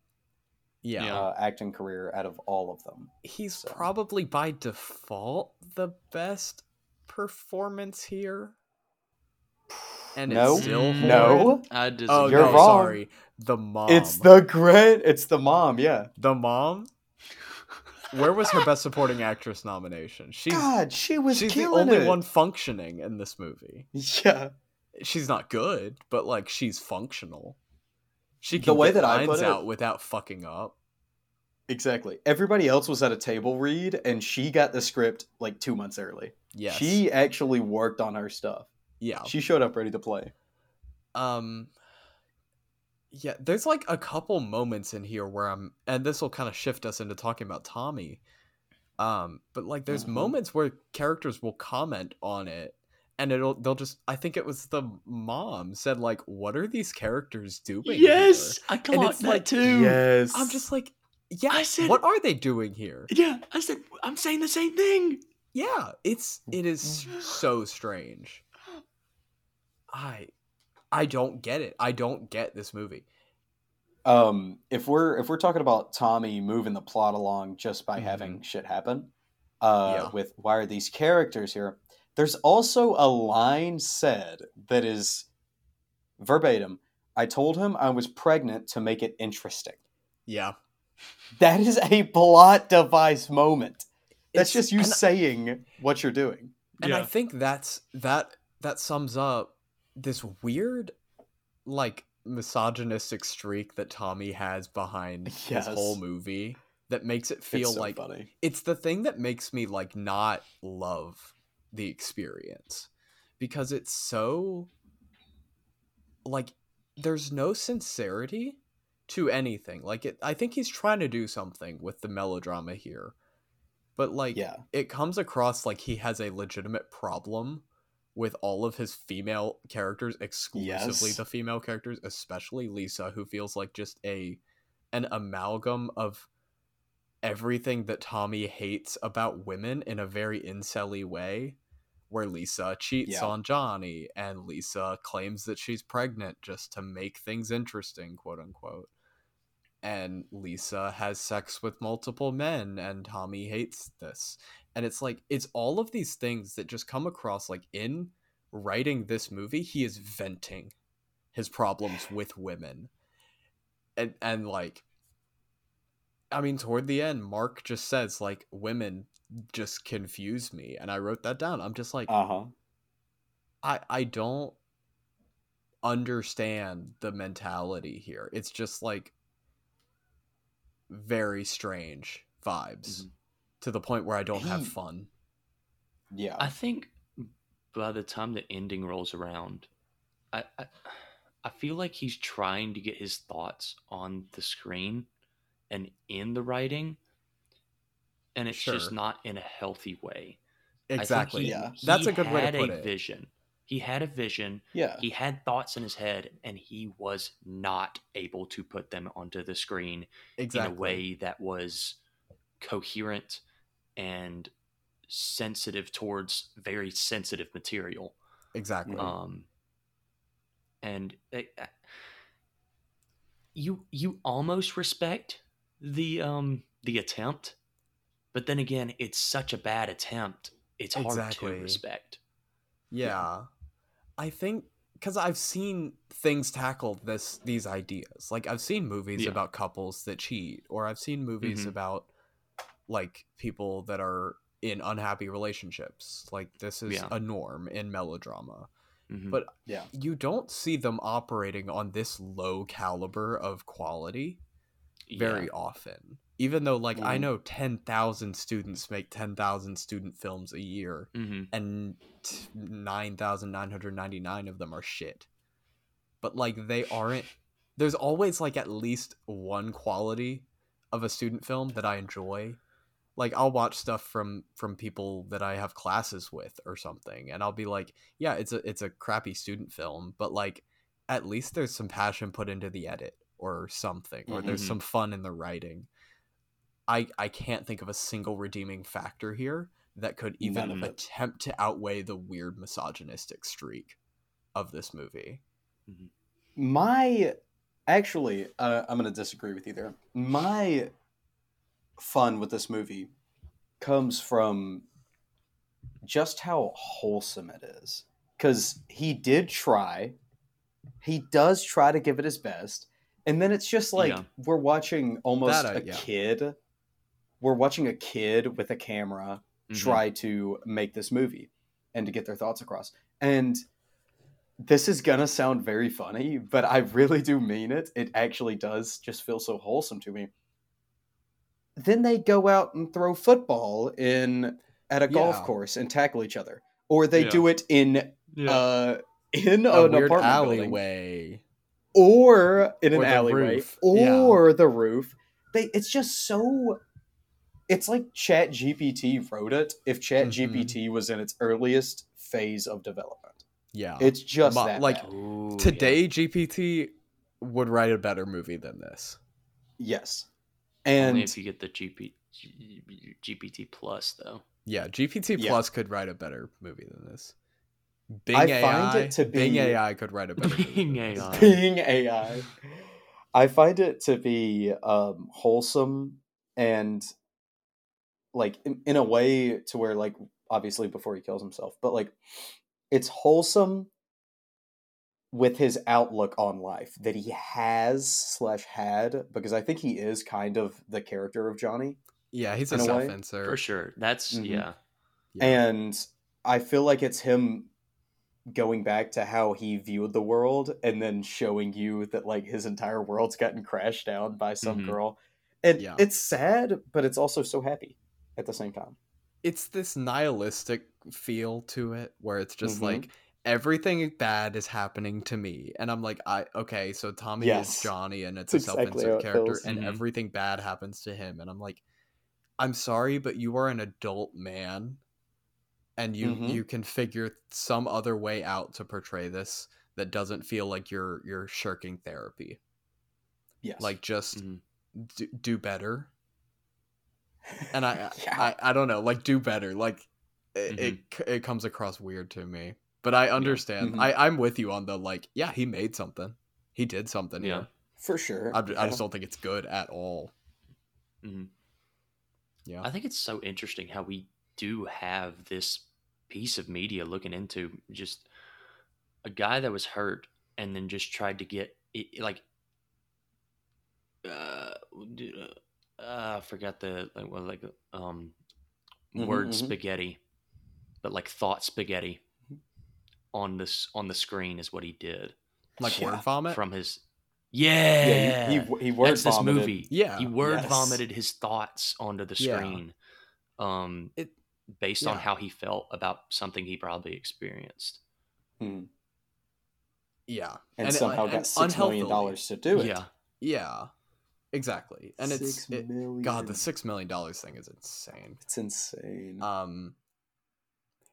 Yeah,
Yeah.
uh, acting career out of all of them.
he's
So.
probably by default the best performance here, and
No.
it's still
Mm.
horrid.
No,
I disagree.
Oh,
You're
no,
wrong.
sorry. The mom.
it's the great. It's the mom. Yeah.
the mom. Where was her best supporting actress nomination? She's
God, she was
she's the
killing
only
it.
one functioning in this movie.
(laughs) Yeah.
She's not good, but like she's functional. She
The
can
way
get
that I
lines
put it-
out without fucking up.
Exactly. Everybody else was at a table read, and she got the script like two months early.
Yes.
She actually worked on her stuff.
yeah.
She showed up ready to play.
um yeah there's like a couple moments in here where i'm and this will kind of shift us into talking about tommy um but like there's
Mhm.
moments where characters will comment on it and it'll they'll just i think it was the mom said like what are these characters doing here?"
yes, I
and
clocked
it's
that
like-
too.
Yes.
i'm just like yeah
I said-
what are they doing here
Yeah, I said I'm saying the same thing.
yeah it's it is so strange i i don't get it i don't get this movie
um if we're if we're talking about tommy moving the plot along just by
Mhm.
having shit happen uh
Yeah.
with why are these characters here there's also a line said that is verbatim i told him i was pregnant to make it interesting
yeah
that is a plot device moment that's
It's-
just you
and
saying what you're doing
and i
Yeah.
think that's that that sums up this weird like misogynistic streak that tommy has
(laughs)
behind
Yes.
this whole movie that makes it feel
It's so
like
funny
it's the thing that makes me like not love the experience because it's so like there's no sincerity to anything like it i think he's trying to do something with the melodrama here but like
yeah
it comes across like he has a legitimate problem with all of his female characters exclusively
Yes.
the female characters especially lisa who feels like just a an amalgam of everything that tommy hates about women in a very incelly way where Lisa cheats
Yeah.
on Johnny and Lisa claims that she's pregnant just to make things interesting, quote unquote. And Lisa has sex with multiple men, and Tommy hates this. And it's like, it's all of these things that just come across like in writing this movie, he is venting his problems with women. And, and like, I mean, toward the end, Mark just says, like, women just confuse me. And I wrote that down. I'm just like,
Uh huh.
I I don't understand the mentality here. It's just like very strange vibes
Mhm.
to the point where I don't have
He-
fun.
Yeah.
I think by the time the ending rolls around, I, I I feel like he's trying to get his thoughts on the screen and in the writing, and it's just
Sure.
not in a healthy way. I think
Exactly.
he-
Yeah.
he
That's a good way to
had
put
a
it.
Vision. He had a vision.
yeah.
He had thoughts in his head, and he was not able to put them onto the screen
Exactly.
in a way that was coherent and sensitive towards very sensitive material.
Exactly.
Mhm.
Um, and it- you you almost respect the um the attempt, but then again, it's such a bad attempt. It's hard
Exactly.
to respect.
yeah. I think cuz I've seen things tackle this these ideas. Like I've seen movies
Yeah.
about couples that cheat or I've seen movies
Mhm.
about like people that are in unhappy relationships. Like this is
Yeah.
a norm in melodrama.
Mhm.
But-
yeah.
you don't see them operating on this low caliber of quality very
Yeah. Mm-hmm.
often. Even though, like, I
Mhm.
know 10,000 students make 10,000 student films a year,
Mhm.
and t- 9,999 of them are shit. But, like, they aren't. There's always, like, at least one quality of a student film that I enjoy. Like I'll watch stuff from from people that I have classes with or something, and I'll be like, yeah, it's a it's a crappy student film, but like at least there's some passion put into the edit or something, or there's
Mhm.
some fun in the writing. I I can't think of a single redeeming factor here that could
None of
even
it.
attempt to outweigh the weird misogynistic streak of this movie.
My actually, uh, I'm going to disagree with you there. My fun with this movie comes from just how wholesome it is. Because he did try, he does try to give it his best, and then it's just like
Yeah.
we're watching almost
That I-
a
yeah.
kid. We're watching a kid with a camera
Mhm.
Mm-hmm.
try to make this movie and to get their thoughts across. And this is gonna sound very funny, but I really do mean it. It actually does just feel so wholesome to me. Then they go out and throw football in at a golf
Yeah.
course and tackle each other, or they
Yeah.
do it in
Yeah.
uh, in
a
an
weird
apartment building
alleyway.
or in an
Or the
alleyway
roof, yeah.
or the roof they it's just so it's like chat gpt wrote it if chat
Mhm.
gpt was in its earliest phase of development
Yeah,
it's just
Mo-
that
Ah, like,
bad.
Ooh, yeah.
today GPT would write a better movie than this.
yes
Only
and
if you get the GP, GPT plus though.
Yeah, GPT
Yeah.
Plus could write a better movie than this. Bing
I
AI,
find it to
Bing
be-
AI could write a better movie
Bing
than this.
(laughs)
AI.
being ai i find it to be um wholesome and like in, in a way to where like obviously before he kills himself but like it's wholesome with his outlook on life that he has slash had because i think he is kind of the character of johnny
Yeah, he's
In
a
a way.
self insert.
For sure. That's
Mm-hmm.
Mhm.
yeah.
and i feel like it's him going back to how he viewed the world and then showing you that like his entire world's gotten crashed down by some
Mhm.
girl and
Mm-hmm. Yeah.
it's sad but it's also so happy at the same time
It's this nihilistic feel to it where it's just
Mhm.
like everything bad is happening to me. And I'm like, I okay, so Tommy
Yes.
is Johnny and it's a
That's
self
exactly how
insert
it
character
feels. Mm-hmm.
and
Mhm.
everything bad happens to him. And I'm like, I'm sorry, but you are an adult man and you
Mhm.
you can figure some other way out to portray this that doesn't feel like you're you're shirking therapy.
yes Mm-hmm.
like just
Mhm.
do, do better and i
Yeah. (laughs)
I, I don't know like do better like it, it
Mm-hmm.
c- it comes across weird to me. But I understand.
Mhm.
I I'm with you on the like. Yeah, he made something. He did something.
Yeah.
here.
for sure.
I, ju- I
Yeah.
just don't think it's good at all.
Mhm.
Yeah.
I think it's so interesting how we do have this piece of media looking into just a guy that was hurt and then just tried to get it, like uh, d- uh, I forgot the like well, like um
Mhm,
word
mhm.
spaghetti, but like thought spaghetti
Mm-hmm.
on this on the screen is what he did
like
Yeah.
word vomit.
from his yeah,
Yeah, he, he, he word
that's this
vomited.
movie.
Yeah.
he word
Oh, Yes.
vomited his thoughts onto the
Yeah.
screen, um,
It-
based on
yeah.
how he felt about something he probably experienced.
Hmm.
yeah,
And,
it-
somehow
and
got six million
unhealthily.
dollars to do it.
Yeah,
Yeah, exactly. And
Six
it's it,
million.
God, the six million dollars thing is insane.
it's insane.
Um,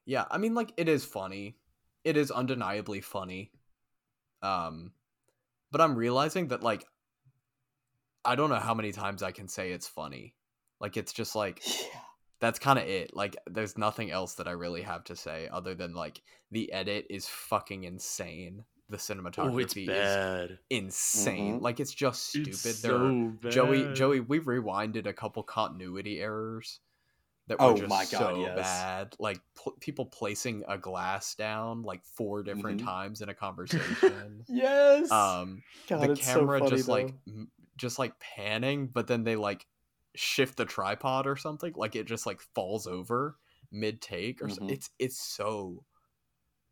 yeah, I mean, like it is funny. It is undeniably funny. Um, but I'm realizing that like I don't know how many times I can say it's funny. Like it's just like
yeah.
that's kind of it. Like, there's nothing else that I really have to say other than like the edit is fucking insane. The cinematography
oh, it's
is
bad. Mm-hmm.
insane.
Mhm.
Like, it's just stupid. there are, Joey, Joey, we rewinded a couple continuity errors that were
Oh
just
my God,
so
yes.
bad. Like pl- people placing a glass down like four different
Mhm.
times in a conversation.
(laughs) Yes.
um,
God,
the
it's so
camera
funny,
just like
though.
m- just like panning but then they like shift the tripod or something like it just like falls over mid take or so-
Mhm.
it's it's so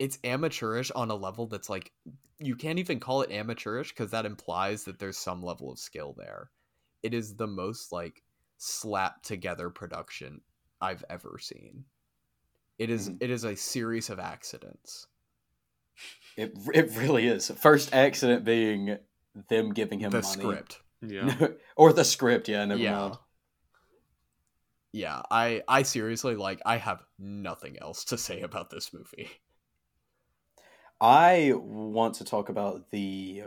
it's amateurish on a level that's like you can't even call it amateurish because that implies that there's some level of skill there it is the most like slapped together production i've ever seen it is-
Mhm.
it is a series of accidents
it. (laughs) It really is. First accident being them giving him
the
money. (laughs)
script
Yeah,
or the script. Yeah. Never
yeah.
mind.
Yeah, I I seriously like I have nothing else to say about this movie.
I want to talk about the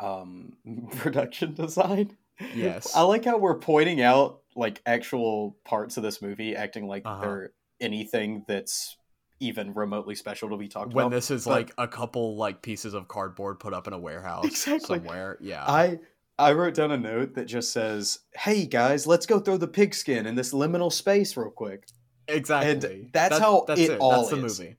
um, (laughs) production design.
Yes.
I like how we're pointing out like actual parts of this movie, acting like
Uh-huh.
they're anything that's even remotely special to be talked
when
about.
this is
but-
like a couple like pieces of cardboard put up in a warehouse
Exactly.
somewhere. Yeah.
I I wrote down a note that just says, "Hey guys, let's go throw the pigskin in this liminal space real quick."
exactly.
that's how
that's
it
it.
all
that's the
is.
movie.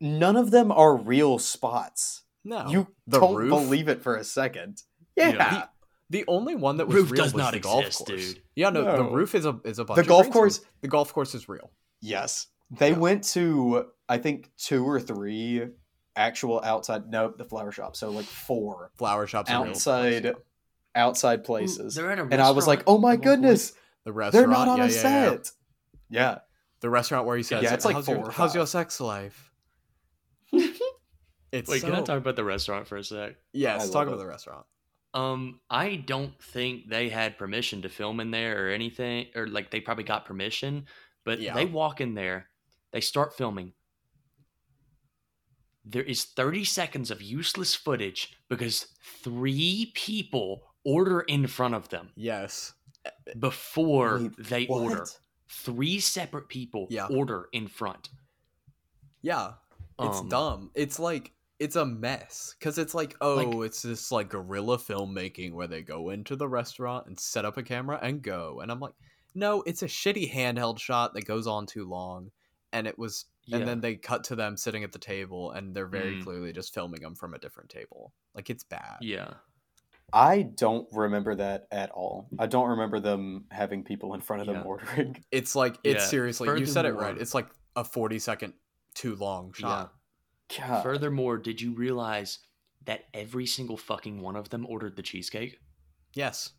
None of them are real spots.
No.
you
Oh, the
don't
roof?
believe it for a second. Yeah,
Yeah.
the only one that was
Roof
real
does
was
not
the golf
exist,
course.
dude.
Yeah, no, the
No.
roof is a is a bunch
the
of
golf
green
course.
screen. The golf course is real.
Yes, they
Yeah.
went to I think two or three actual outside. Nope, the flower shop. So like four
Flower shops are real, of course,
Outside
yeah. Mm,
outside places.
Mm, They're at a
and I was like,
restaurant
"Oh my
at one point.
goodness,
The restaurant.
they're not on
yeah,
a
yeah, yeah, yeah.
set." Yeah,
The restaurant where he says,
Yeah, it's like
how's,
four
your,
or
how's
five.
your sex
(laughs)
life? it's
Wait, can I
so-
talk about the restaurant for a sec?
Yes,
I
talk
love
about
it.
the restaurant.
Um, I don't think they had permission to film in there or anything, or like they probably got permission, but
Yeah.
they walk in there, they start filming. There is 30 seconds of useless footage because three people order in front of them
Yes.
before
Wait,
they
what?
order. Three separate people
Yeah.
order in front.
Yeah. It's
Um,
dumb. It's like it's a mess because it's like oh, it's this like guerrilla filmmaking where they go into the restaurant and set up a camera and go. And I'm like, no, it's a shitty handheld shot that goes on too long, and it was.
Yeah.
And then they cut to them sitting at the table, and they're very
Mm.
clearly just filming them from a different table. Like it's bad.
Yeah.
I don't remember that at all. I don't remember them having people in front of them
Yeah.
ordering. (laughs)
It's like it's
Yeah,
seriously. You said it right.
furthermore-
It's like a 40 second too long shot.
God.
Furthermore, did you realize that every single fucking one of them ordered the cheesecake?
Yes.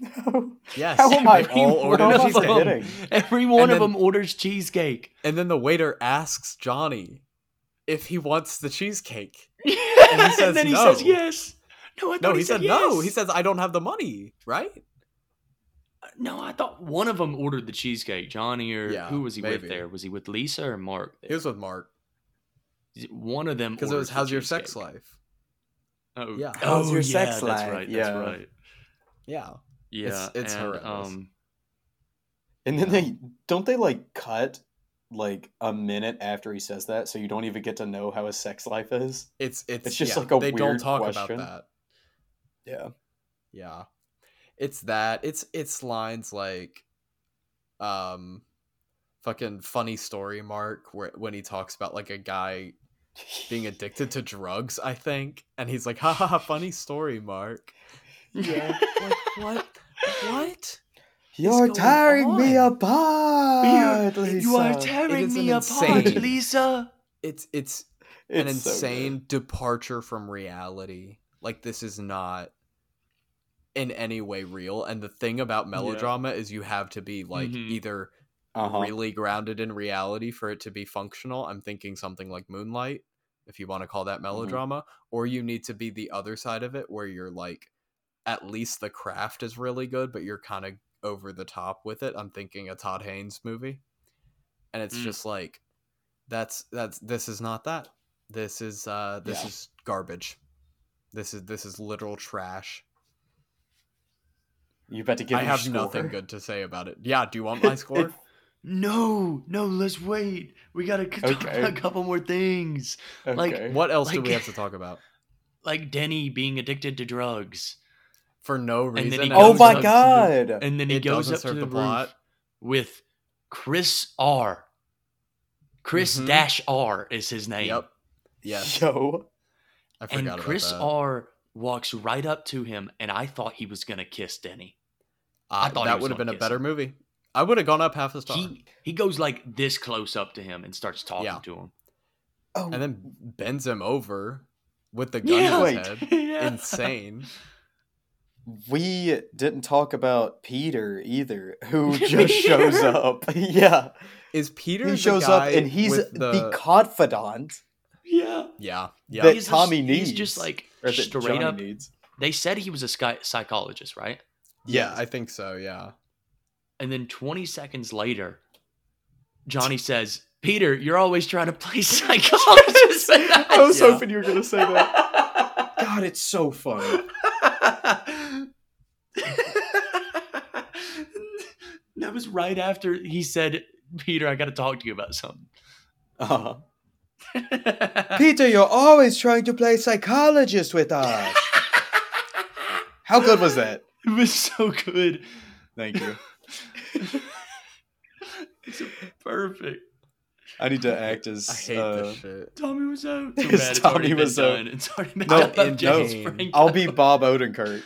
No.
Yes.
How am I-
They all
how
ordered
am I
cheesecake.
forgetting?
(laughs) Every one
And
of
then-
them
(laughs)
orders cheesecake.
And then the waiter asks Johnny if he wants the cheesecake.
and,
says
then he
no.
says yes. No, I thought
No,
he,
he, said, no. He
yes.
says I don't have the money, right?
no. I thought one of them ordered the cheesecake. Johnny or
Yeah,
who was he
maybe.
with there? Was he with Lisa or Mark?
He was with Mark
one of them
because it was
orders the
how's your sex
cheesecake."
life?
Oh
Yeah.
How's
Oh,
your
yeah,
sex life?
That's right.
Yeah.
That's right.
Yeah.
Yeah.
it's
and,
horrendous.
um,
And then they don't they like cut like a minute after he says that, so you don't even get to know how his sex life is.
It's it's,
It's just
yeah,
like a
they don't
weird
talk
question.
about that.
Yeah.
Yeah. It's that. It's it's lines like um fucking funny story mark where when he talks about like a guy
(laughs)
being addicted to drugs, I think, and he's like, "Ha ha, ha funny story mark."
(laughs)
Yeah.
Like what? What?
You're
going
tearing me
on?
apart, Lisa.
It
tearing
is me an apart, insane-
(laughs) Lisa.
It's it's an
It's so good.
insane departure from reality. Like this is not in any way real. And the thing about melodrama is you have to be like
Mhm.
either
Uh-huh.
really grounded in reality for it to be functional. I'm thinking something like Moonlight, if you want to
Mm-hmm.
call that melodrama, or you need to be the other side of it where you're like, at least the craft is really good, but you're kind of over the top with it. I'm thinking a Todd Haynes movie, and it's
Mm.
just like, that's that's this is not that. This is uh this
Yeah.
is garbage. This is this is literal trash.
You bet to give.
I
your
have
score.
nothing
(laughs)
good to say about it. Yeah, do you want my score?
No, no, let's wait. We gotta c- (laughs) talk
Okay.
about a couple more things, Like,
Okay.
what else do
Like-
we have to talk about?
like Denny being addicted to drugs,
For no
then
reason.
he
and
goes
Oh
it's
Those
my
are-
just-
god.
and then he
It
goes
doesn't
up to
serve
the,
the plot.
roof with Chris R. Chris
Mhm.
Dash R is his name.
Yep. (laughs) Yes.
Yo.
I forgot
And
about
Chris
that.
R. walks right up to him, and I thought he was gonna kiss Denny. I
Uh,
thought he
that
was
would have
gonna
been a
kiss
better
him.
movie. I would have gone up half a star.
He he goes like this close up to him and starts talking
Yeah.
to him.
Oh.
and then bends him over with the gun
Yeah.
to
Wait.
his head.
(laughs) Yeah.
Insane.
we didn't talk about Peter either,
(laughs)
who just shows up. (laughs) yeah.
Is Peter
He
the
shows up
guy
and he's
with
the,
the,
confidant
Yeah.
yeah yeah
that
He's just-
Tommy needs.
He's just like
or that
straight
Johnny
up.
needs.
They said he was a sky- psychologist, right?
yeah I think so yeah
And then 20 seconds later, Johnny says, Peter, you're always trying to (laughs) play (laughs) psychologist.
I was
Yeah.
hoping you were gonna say that. (laughs) God, it's so funny.
that was right after he said, Peter, I got to talk to you about something. (laughs)
Uh-huh. Peter, you're always trying to play psychologist with us. How good was that?
it was so good.
Thank you.
It's perfect.
I need to act as
I hate
uh,
this shit.
Tommy was (laughs) out. Too
His
bad. It's
Tommy
already been
was out.
done. It's (laughs) already been
No,
done by
in
James
pain.
Franco.
I'll be Bob (laughs) Odenkirk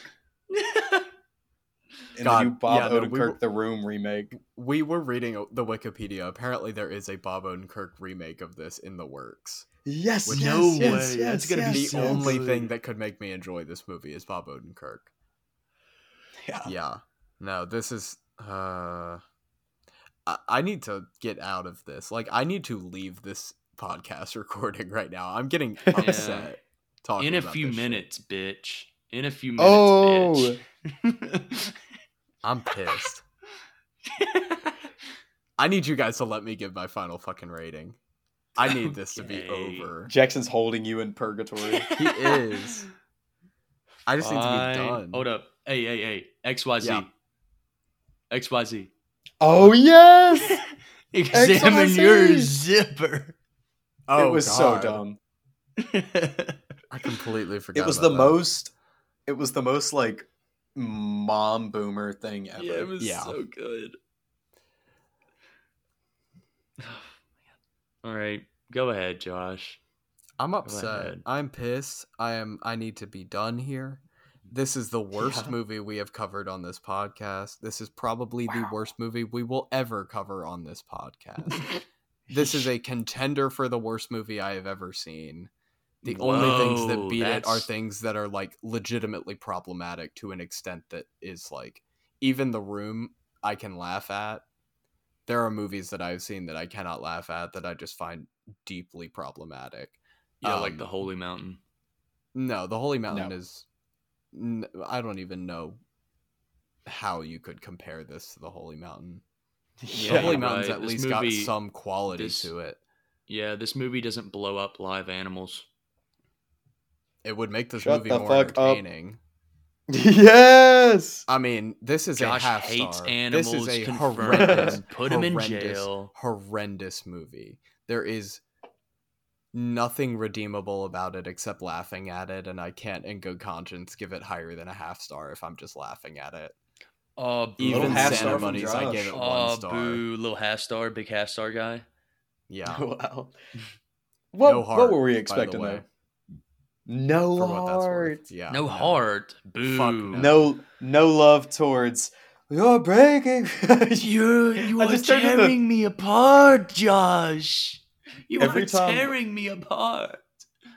in
God,
the new Bob
yeah, no,
Odenkirk
we were-
The Room remake.
We were reading o- the Wikipedia. Apparently, there is a Bob Odenkirk remake of this in the works.
Yes,
With
yes,
no
yes, yes,
way, that's gonna be
yes,
the
yes.
only
good.
thing that could make me enjoy this movie is Bob Odenkirk.
Yeah.
yeah no this is uh I, I need to get out of this like i need to leave this podcast (laughs) recording right now i'm
(laughs)
getting upset talking
in a
about
few
this shit.
minutes, bitch. In a few minutes,
Oh,
bitch.
i'm pissed
(laughs)
i need you guys to let me give my final fucking rating i need this to be
Okay.
over
Jackson's holding you in purgatory.
he is i just need to
Fine.
be done
Hold up. Hey, hey, hey. XYZ.
Yeah.
(laughs) XYZ.
(laughs) oh yes,
Examine your
XYZ.
zipper.
oh
it was
God.
so dumb.
i completely forgot
It was
about
the
that.
most. It was the most like mom boomer thing ever.
yeah, it was
Yeah.
so good. (sighs) All right. Go ahead, Josh.
I'm upset.
ahead.
I'm pissed. I am I need to be done here. This is the worst
Yeah.
movie we have covered on this podcast. This is probably the worst movie we will ever cover on this podcast.
(laughs)
this is a contender for the worst movie I have ever seen. The only things that
Whoa,
beat it are
that's-
things that are like legitimately problematic to an extent that is like even the room I can laugh at. There are movies that I've seen that I cannot laugh at that I just find deeply problematic.
Yeah, like
Um,
the Holy Mountain.
No, the Holy Mountain
No.
is. N- I don't even know how you could compare this to the Holy Mountain. the
(laughs) Yeah,
Holy
(laughs)
you're
Mountain's
right.
at
This
least
movie-
got some quality
this-
to it.
Yeah, this movie doesn't blow up live animals.
It would make this
Shut
movie
the
more
fuck up.
entertaining.
yes.
I mean, this is
Josh
a half
hates
star.
animals.
This is a
confirmed.
horrendous,
Put him in
horrendous,
jail.
horrendous movie. There is nothing redeemable about it except laughing at it, and I can't, in good conscience, give it higher than a half star if I'm just laughing at it.
Oh, boo.
Little
Even
half star
Santa
from
Money's, I
Josh.
gave it one
oh,
star.
boo. Little half star, big half star guy.
Yeah,
(laughs) Wow. What,
no heart.
what were we
by the
expecting
way,
though? No
For what that's
heart.
worth. Yeah,
no heart. Boo.
Fuck
No no love towards you're breaking. (laughs)
You you
I
are
just turned into-
tearing me apart, Josh. You
Every
are
time-
tearing me apart.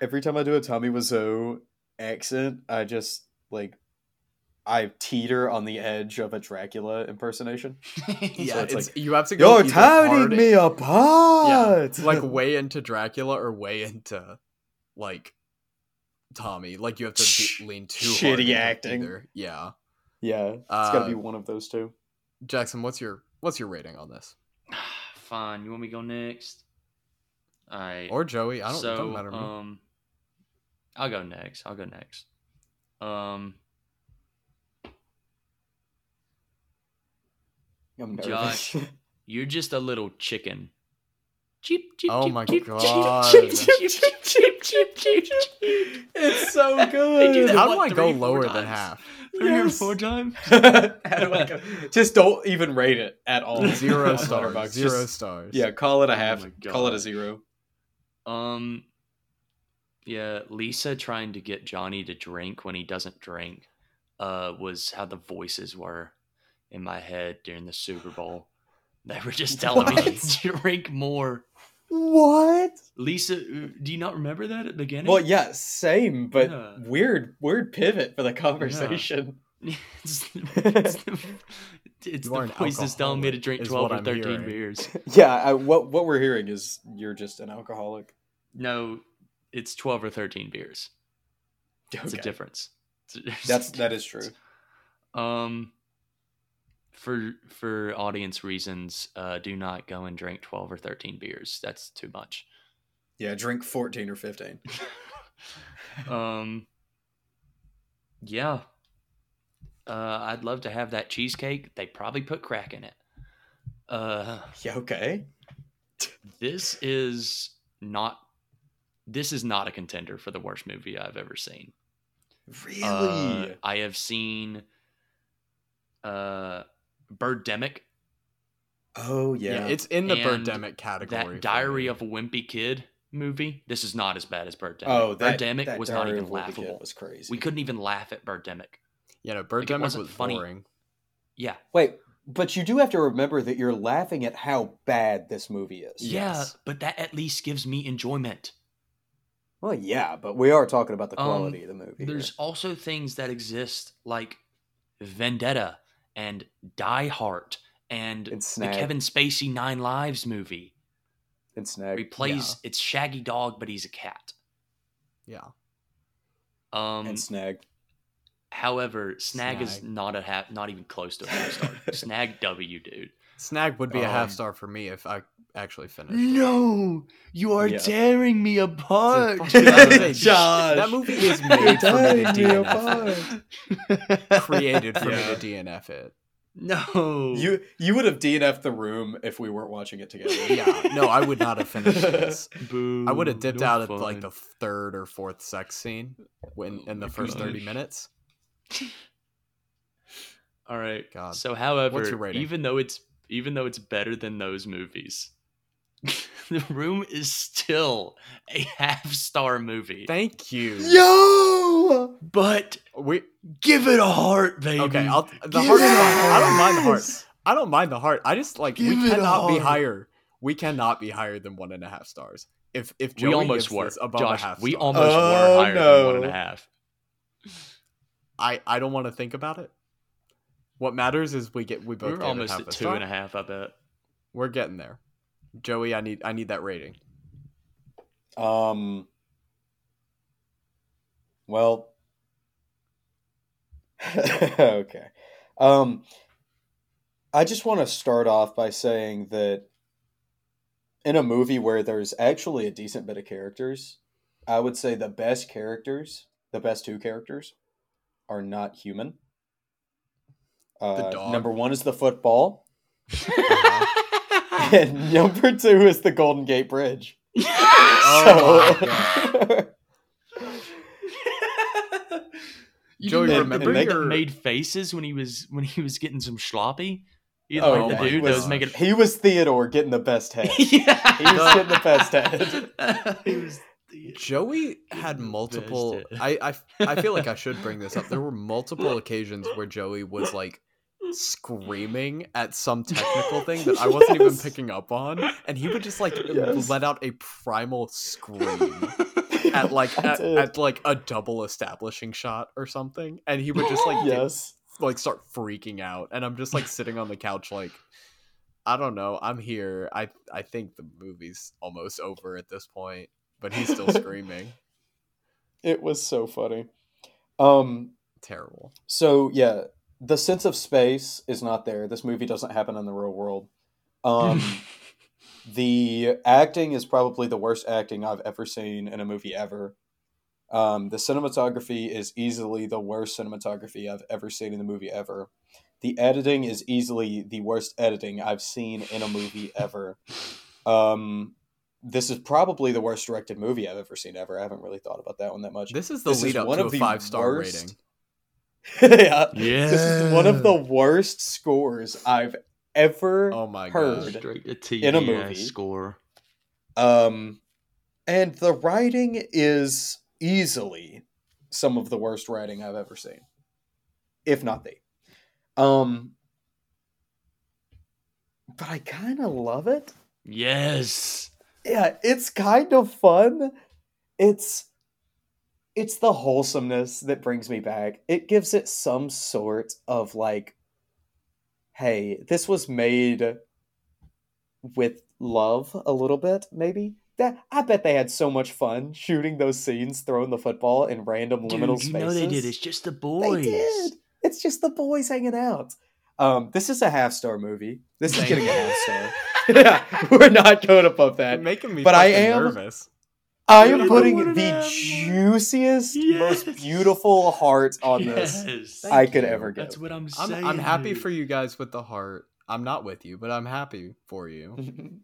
Every time I do a Tommy Wiseau accent, I just like I teeter on the edge of a Dracula impersonation.
Yeah,
So it's
it's,
like,
you have to go.
You're
either hard
tearing me
Yeah,
apart.
like (laughs) way into Dracula or way into like Tommy. Like you have to be- lean too hard
Shitty
into
acting.
Either. Yeah,
yeah, it's
Uh,
gotta be one of those two.
Jackson, what's your what's your rating on this?
Fine. You want me to go next? All right.
Or Joey? I don't.
so,
don't matter. to me.
Um, I'll go next. I'll go next. Um,
I'm nervous. (laughs)
Josh. you're just a little chicken. Cheep, cheep,
Oh
cheep,
my
cheep,
God.
Cheep, cheep, cheep, cheep, cheep, cheep, cheep.
it's so
They do
good.
that,
How do
what,
I go
three, four
lower than
times?
half?
Three or
Yes.
four times.
(laughs) How do I go? Just don't even rate it at all.
(laughs) Zero
(laughs)
on
stars.
Letterboxd.
Zero
Just-
stars.
Yeah, call it a
Oh
half.
my
call it a
God.
zero.
Um, yeah, Lisa trying to get Johnny to drink when he doesn't drink, uh, was how the voices were in my head during the Super Bowl. They
(laughs)
were just telling me
What?
to drink more.
What?
Lisa, uh, do you not remember that at the beginning?
Well, yeah, same, but
Yeah.
weird, weird pivot for the conversation.
(laughs)
(laughs)
it's, it's the, it's
You are
the
an
voices telling me to
alcoholic,
drink
is
twelve
what
or
I'm
thirteen
hearing. (laughs)
beers.
(laughs) Yeah, I, what what we're hearing is you're just an alcoholic.
No, it's twelve or thirteen beers. It's a
Okay.
difference. (laughs) It's a- it's a
That's that is true.
Um, for for audience reasons, uh, do not go and drink twelve or thirteen beers. That's too much.
Yeah, drink fourteen or fifteen.
um, yeah. Uh, I'd love to have that cheesecake. They probably put crack in it. Uh,
Yeah, okay.
this is not. This is not a contender for the worst movie I've ever seen.
Really?
Uh, I have seen uh Birdemic,
oh
Yeah,
yeah.
it's in the
And
Birdemic category.
that Diary
for
of a Wimpy Kid movie. This is not as bad as Birdemic.
oh that
Birdemic
that
was not
Diary
even
of a Wimpy Kid
laughable.
was crazy.
We couldn't even laugh at Birdemic.
you know,
like, it
Birdemic
wasn't
was
funny.
boring.
Yeah.
Wait, but you do have to remember that you're laughing at how bad this movie is.
Yes.
Yeah, but that at least gives me enjoyment.
Well, yeah, but we are talking about the
Um,
quality of the movie. here.
There's also things that exist like Vendetta and Die Hard and
and
the
Snag.
Kevin Spacey Nine Lives movie.
and
Where
Snag.
he plays it's Shaggy Dog, but he's a cat.
Yeah,
Um,
and Snag.
However, Snag, is
Snag.
not a half, not even close to a
(laughs)
half star. Snag W, dude.
Snag would be a
Um,
Oh.
half star for me if I actually finished. it.
No, you
are Yeah.
tearing me apart.
It's a fucking (laughs) movie.
Josh.
That movie is made for me to
Tearing me
DNF.
apart.
it. Created for
Yeah.
me to DNF it.
no,
You you would have DNF'd the room if we weren't watching it together.
(laughs)
Yeah, no, I would not have finished this.
Boo,
I would have dipped
no
out
fun.
at like the third or fourth sex scene when
Oh
in the
my
first thirty
gosh.
minutes.
All right.
God.
So, however,
What's your rating?
even though it's even though it's better than those movies, (laughs) the room is still a half star movie.
Thank you.
Yo.
but
We
give it a heart, baby.
okay. I'll, the
Give
heart.
it a
I don't mind the heart.
Yes!
I don't mind the heart. I just like
Give
we
it a
cannot be
heart.
higher. We cannot be higher than one and a half stars. If if
we
Joey
almost
gives
were.
this above
Josh,
a half,
we
star,
almost
Oh,
were higher than one and
no.
a half.
I I don't want to think about it. What matters is we get we both
We
gave
were
it
almost
half
at
a
two
star.
and a half. I bet.
We're getting there. Joey, I need I need that rating.
Um. Well. (laughs) okay. Um. I just want to start off by saying that in a movie where there's actually a decent bit of characters, I would say the best characters, the best two characters, are not human. Uh,
dog.
Number one is the football. (laughs) and number two is the Golden Gate Bridge.
Oh my God.
So
You
Joey,
didn't
remember
remember
your-
that made faces when he was when he was getting some sloppy. Either
Oh
like
my
the dude that was
gosh.
making.
(laughs) he was Theodore getting the
(laughs)
best head. (laughs) He
yeah,
was getting the best head.
(laughs) he was. The...
Joey had
Best
multiple. (laughs)
at-
I, I I feel like I should bring this up. There were multiple occasions where Joey was like screaming at some technical thing that I wasn't even
Yes.
picking up on, and he would just like
Yes.
let out a primal scream
(laughs)
at like
I
at,
did.
at like a double establishing shot or something, and he would just like get-
(laughs) yes.
like start freaking out, and I'm just like sitting on the couch like. I don't know. I'm here. I I think the movie's almost over at this point, but he's
(laughs)
still screaming.
It was so funny. Um,
Terrible.
so yeah, the sense of space is not there. This movie doesn't happen in the real world. Um, the acting is probably the worst acting I've ever seen in a movie ever. Um, the cinematography is easily the worst cinematography I've ever seen in the movie ever. The editing is easily the worst editing I've seen in a movie ever. Um, this is probably the worst directed movie I've ever seen ever. I haven't really thought about that one that much.
This is the
This is
lead up
one
to
of
a
the
five star
worst-
rating.
(laughs) yeah.
Yeah,
This is one of the worst scores I've ever
Oh my
Heard.
god.
straight to TV
in a
ass
movie.
score.
Um, and the writing is easily some of the worst writing I've ever seen, if not the. Um, but I kind of love it.
Yes.
Yeah, it's kind of fun. It's it's the wholesomeness that brings me back. It gives it some sort of like hey, this was made with love a little bit, maybe. That I bet they had so much fun shooting those scenes, throwing the football in random
Dude,
liminal
you
spaces.
know they did. It's just the
They
boys.
did. It's just the boys hanging out. Um, this is a half star movie. This is
Thank
getting a
you.
half
(laughs)
star. (laughs) yeah, we're not going above that.
You're making me
But I
fucking
am-
nervous.
I
You're
am
the
putting
one and a
the
half.
juiciest, most
Yes.
beautiful heart on this. (laughs)
Yes.
I
Thank
could
you.
ever get.
That's what I'm
I'm
saying.
I'm happy for
dude.
you guys with the heart. I'm not with you, but I'm happy for you.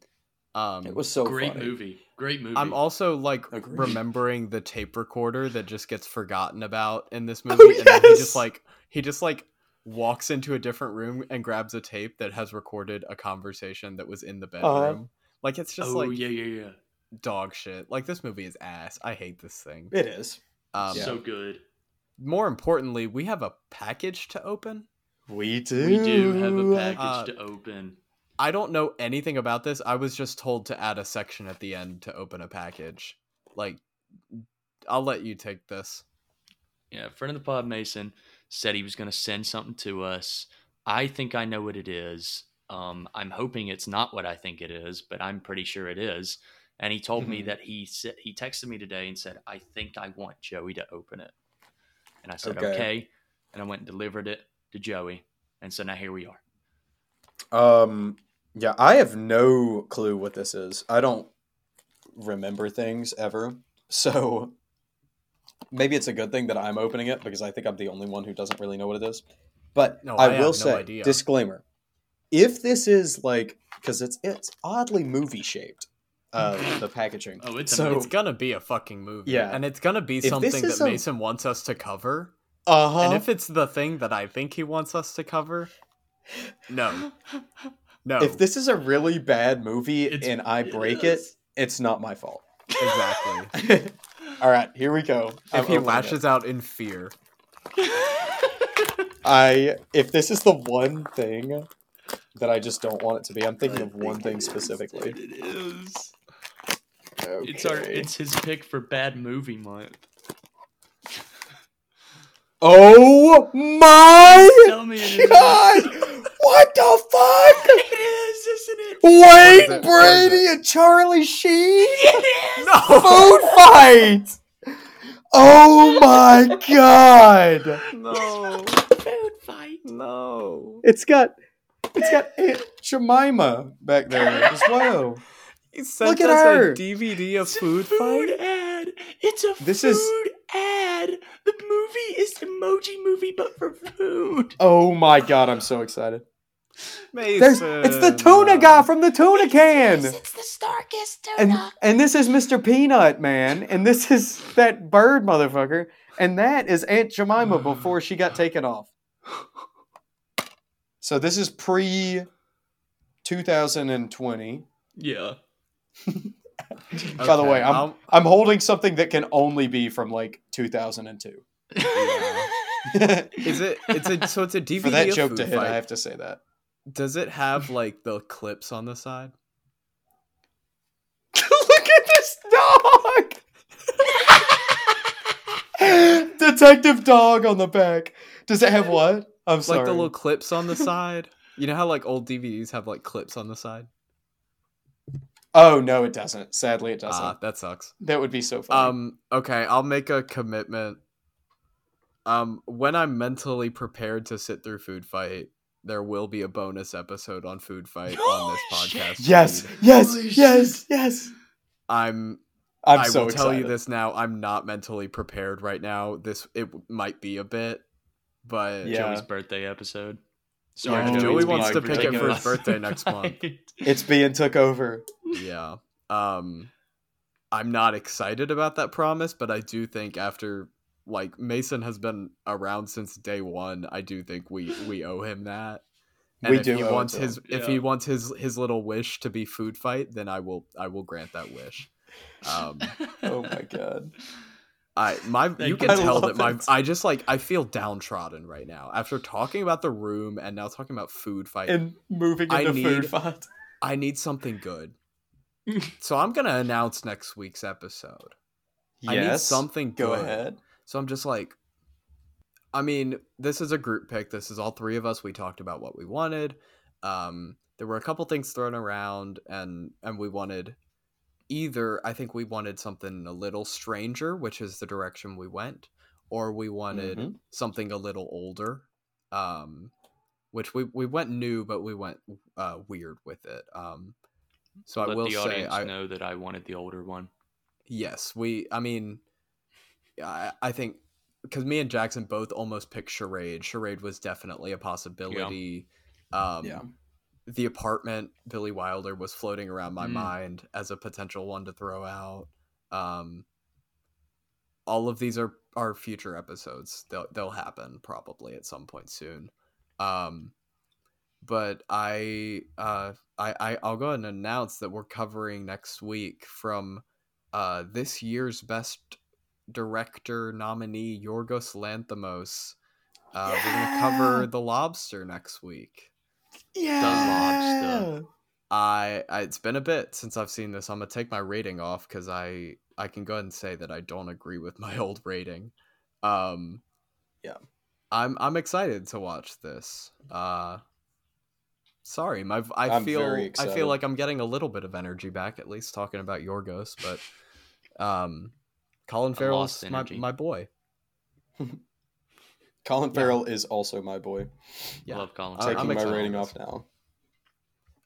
Um
it was so
Great
funny.
movie. Great movie.
I'm also like
Agreed.
remembering the tape recorder that just gets forgotten about in this movie
(laughs) Oh,
and then he
yes!
just like he just like walks into a different room and grabs a tape that has recorded a conversation that was in the bedroom.
Uh-huh.
Like it's just
oh
like
yeah, yeah, yeah.
dog shit. Like this movie is ass. I hate this thing.
It is.
Um,
Yeah.
So good.
more importantly, we have a package to open.
We do.
We do have a package
Uh,
to open.
I don't know anything about this. I was just told to add a section at the end to open a package. Like, I'll let you take this.
Yeah, friend of the pod Mason said he was going to send something to us. I think I know what it is. Um, I'm hoping it's not what I think it is, but I'm pretty sure it is. And he told me
Mhm.
that he said he texted me today and said, "I think I want Joey to open it." And I said,
Okay.
"Okay." And I went and delivered it to Joey. And so now here we (laughs) are.
Um, yeah, I have no clue what this is. I don't remember things ever. So maybe it's a good thing that I'm opening it because I think I'm the only one who doesn't really know what it is. But
No, I
I,
have
will
no
say,
idea.
disclaimer: if this is like, because it's it's oddly movie shaped,
(laughs)
uh, the packaging.
Oh, it's a-
so
It's gonna be a fucking movie.
Yeah.
And it's gonna be
If this
something
is
that
a-
Mason wants us to cover.
uh huh.
And if it's the thing that I think he wants us to cover, no. No.
If this is a really bad movie
It's-
and I break it,
is.
it's not my fault. (laughs)
exactly.
All right, here we go. I'm
if he
opening it.
lashes out in fear.
I if this is the one thing that I just don't want it to be, I'm thinking of one thing specifically.
It is.
Okay.
It's our. It's his pick for bad movie month.
(laughs) oh my
Tell me it
(laughs)
is.
god! What the
(laughs)
fuck?
It is, isn't it?
What is
Wayne
it? What is
Brady
it?
and Charlie Sheen
No!
food fight. Oh my god!
no.
(laughs) Food fight.
No.
It's got it's got Aunt Jemima back there as well.
He sent
Look at
us
her.
a DVD of
It's a
food,
food
fight.
ad. It's a
This
food
is-
ad. The movie is emoji movie, but for food.
Oh my god, I'm so excited. There's,
Mason.
it's the
uh,
tuna guy from the tuna can.
It's the Starkest
And
tuna.
and this is Mr. Peanut Man, and this is that bird motherfucker, and that is Aunt
(sighs)
Jemima before she got taken off. So this is pre 2020.
yeah.
By the
Okay,
way, I'm
I'll-
I'm holding something that can only be from like (laughs) 2002.
(laughs)
Is it? It's a so it's a DVD
(laughs) For that
of
joke
food
to hit,
fight.
I have to say that.
Does it have like the clips on the side?
(laughs) Look at this dog. (laughs) Detective dog on the back. Does it have what? I'm sorry.
Like the little clips on the
(laughs)
side. You know how like old DVDs have like clips on the side.
Oh no, it doesn't. Sadly, it doesn't.
Ah, that sucks.
that would be so funny.
Um. Okay, I'll make a commitment. Um, when I'm mentally prepared to sit through Food Fight, there will be a bonus episode on Food Fight on this
Holy shit.
podcast.
yes,
feed.
yes,
Holy
yes,
shit.
yes.
I'm
I'm
i
so
will
excited.
tell you this now. I'm not mentally prepared right now. This it might be a bit, but
Yeah.
Joey's birthday episode.
Yeah,
to
Joey
Joey
wants to pick it for his
(laughs)
birthday next month.
It's being
(laughs)
took over.
yeah. Um I'm not excited about that promise, but I do think after like Mason has been around since day 1, I do think we we owe him that. And
We
if
do
he
owe it
wants
to
his if
Yeah.
he wants his his little wish to be food fight, then I will I will grant that wish. Um
Oh my god.
I my
Thank
you
you.
can
I
tell
love
that my
it.
I just like I feel downtrodden right now after talking about the room and now talking about food fight.
And moving
I
into food
need-
fight.
I need something good. so I'm gonna announce next week's episode. I need
Yes.
something
Go
good.
ahead.
So I'm just like, I mean, this is a group pick. This is all three of us. We talked about what we wanted. Um, there were a couple things thrown around, and and we wanted either. I think we wanted something a little stranger, which is the direction we went, or we wanted
Mm-hmm.
Mhm.
something a little older. Um, which we we went new, but we went uh, weird with it. Um, so
(laughs) Let
I will
the
say,
audience
I,
know that I wanted the older one.
Yes, we. I mean, I, I think because me and Jackson both almost picked charade. Charade was definitely a possibility. Um,
Yeah.
The apartment Billy Wilder was floating around my
Mm.
mind as a potential one to throw out. Um, all of these are are future episodes. They'll they'll happen probably at some point soon. Um, but I uh I, I I'll go ahead and announce that we're covering next week from uh this year's best director nominee Yorgos Lanthimos. Uh, We're gonna
Yeah.
cover The Lobster next week.
Yeah.
lobster.
I, I it's been a bit since I've seen this. I'm gonna take my rating off because I I can go ahead and say that I don't agree with my (laughs) old rating. Um,
Yeah.
I'm I'm excited to watch this. Uh, sorry, my v- I
I'm very
feel I
excited.
feel like I'm getting a little bit of energy back at least talking about Yorgos, but um, Colin
I
Farrell's
lost
my
energy.
my boy.
Colin Farrell is also my boy.
Yeah.
Love Colin.
I-
Farrell.
Taking my
excited.
rating off now.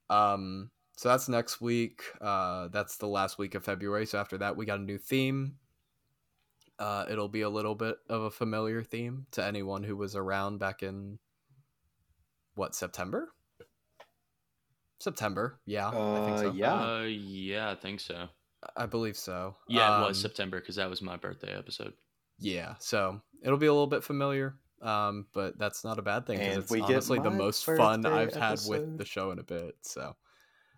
Um, so that's next week. Uh, that's the last week of February. So after that, we got a new theme. Uh, it'll be a little bit of a familiar theme to anyone who was around back in what September? September, yeah, I think
Uh,
so.
yeah.
Uh, yeah, I think so.
I believe so.
Yeah, it was
Um,
September because that was my birthday episode.
Yeah, so it'll be a little bit familiar, um, but that's not a bad thing because
And
it's
we get
honestly the
my
most fun
birthday
I've had with
episode.
the show in a bit. So.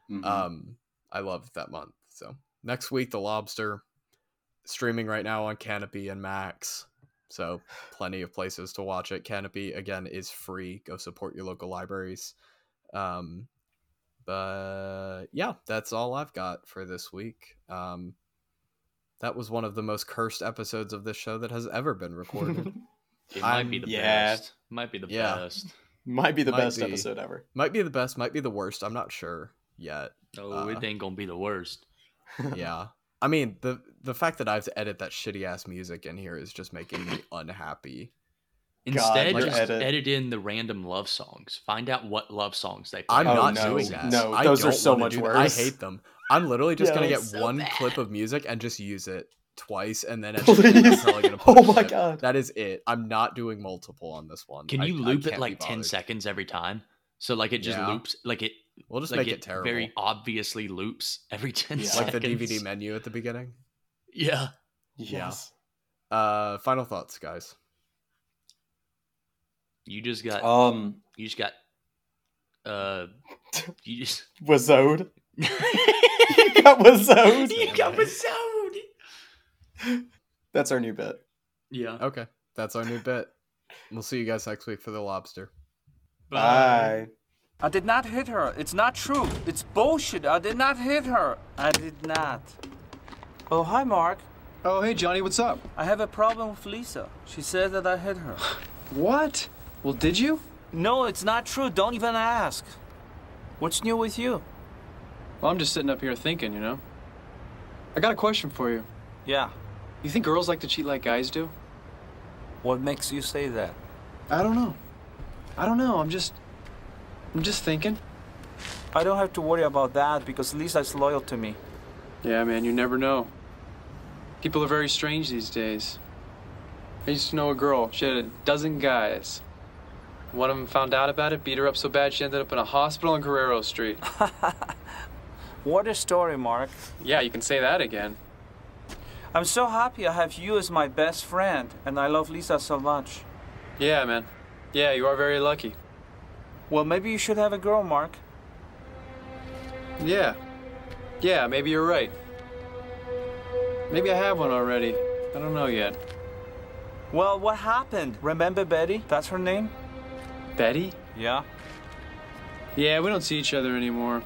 Mhm.
Um, I love that month. So next week, The Lobster, streaming right now on Canopy and Max. So plenty of places to watch it. Canopy again is free. Go support your local libraries. Um, but yeah, that's all I've got for this week. Um, that was one of the most cursed episodes of this show that has ever been recorded.
It
I'm-
might be the
yeah.
best. Might be the
Yeah.
best.
Might be the
Might
best
be.
episode ever.
might be the best, might be the worst. I'm not sure yet.
Oh,
Uh,
it ain't gonna be the worst.
yeah i mean the the fact that i have to edit that shitty ass music in here is just making me unhappy
Instead,
your
just
edit.
edit. in the random love songs. Find out what love songs they play.
i'm
Oh,
not
no.
doing that
No,
I
those are
don't
so
wanna
much
do that.
worse.
i hate them I'm literally just
Yeah,
gonna get
it's
so
one
bad.
clip of music and just use it twice, and then at the end, that's
Please.
how I
(laughs)
get a
Oh my
punishment.
god.
That is it. I'm not doing multiple on this one.
Can
I-
you
I
loop
can't
it
be
like ten
bothered.
seconds every time? So like it just
Yeah.
loops, like it,
We'll just
like
make it, terrible,
very obviously loops every (laughs) ten
Yeah.
like
seconds.
the DVD menu at the beginning.
Yeah.
Yeah.
Yes.
Uh, final thoughts, guys.
You just got.
Oh.
Um,
you just got. Uh.
(laughs)
You just.
(laughs) Wazode.
you
Got Wazode.
got (laughs) wazoned.
That's our new bit.
Yeah.
Okay, that's our new bit. We'll see you guys next week for the lobster.
Bye.
I did not hit her. It's not true. It's bullshit. I did not hit her. I did not. Oh, hi, Mark.
Oh, hey, Johnny, what's up?
I have a problem with Lisa. She says that I hit
(sighs)
her.
What? Well, did you?
No, it's not true. Don't even ask. What's new with you?
Well, I'm just sitting up here thinking, you know? I got a question for you.
Yeah.
You think girls like to cheat like guys do?
What makes you say that?
I don't know. I don't know. I'm just. I'm just thinking.
I don't have to worry about that because Lisa is loyal to me.
Yeah, man, you never know. People are very strange these days. I used to know a girl. She had a dozen guys. One of them found out about it, beat her up so bad she ended up in a hospital on Guerrero Street.
What a story, Mark.
(laughs) yeah, you can say that again.
I'm so happy I have you as my best friend, and I love Lisa so much.
Yeah, man. Yeah, you are very lucky.
Well, maybe you should have a girl, Mark.
Yeah. Yeah, maybe you're right. Maybe I have one already. I don't know yet.
Well, what happened? Remember Betty? That's her name?
Betty?
Yeah.
Yeah, we don't see each other anymore.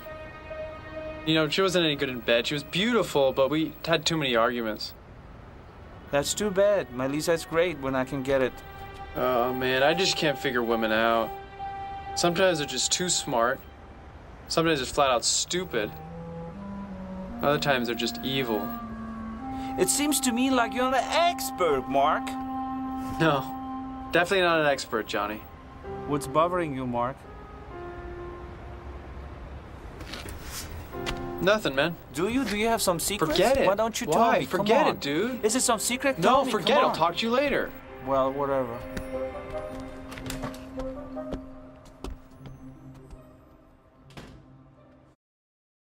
You know, she wasn't any good in bed. She was beautiful, but we had too many arguments.
That's too bad. My Lisa is great when I can get it.
Oh man, I just can't figure women out. Sometimes they're just too smart. Sometimes they're flat out stupid. Other times they're just evil.
It seems to me like you're an expert, Mark.
No, definitely not an expert, Johnny.
What's bothering you, Mark?
Nothing, man.
Do you? Do you have some secrets?
Forget it.
Why don't you
Why?
tell me? Come
Forget
on.
it, dude.
Is it some secret?
No,
Tell me,
forget it.
come
I'll
on.
talk to you later.
Well, whatever.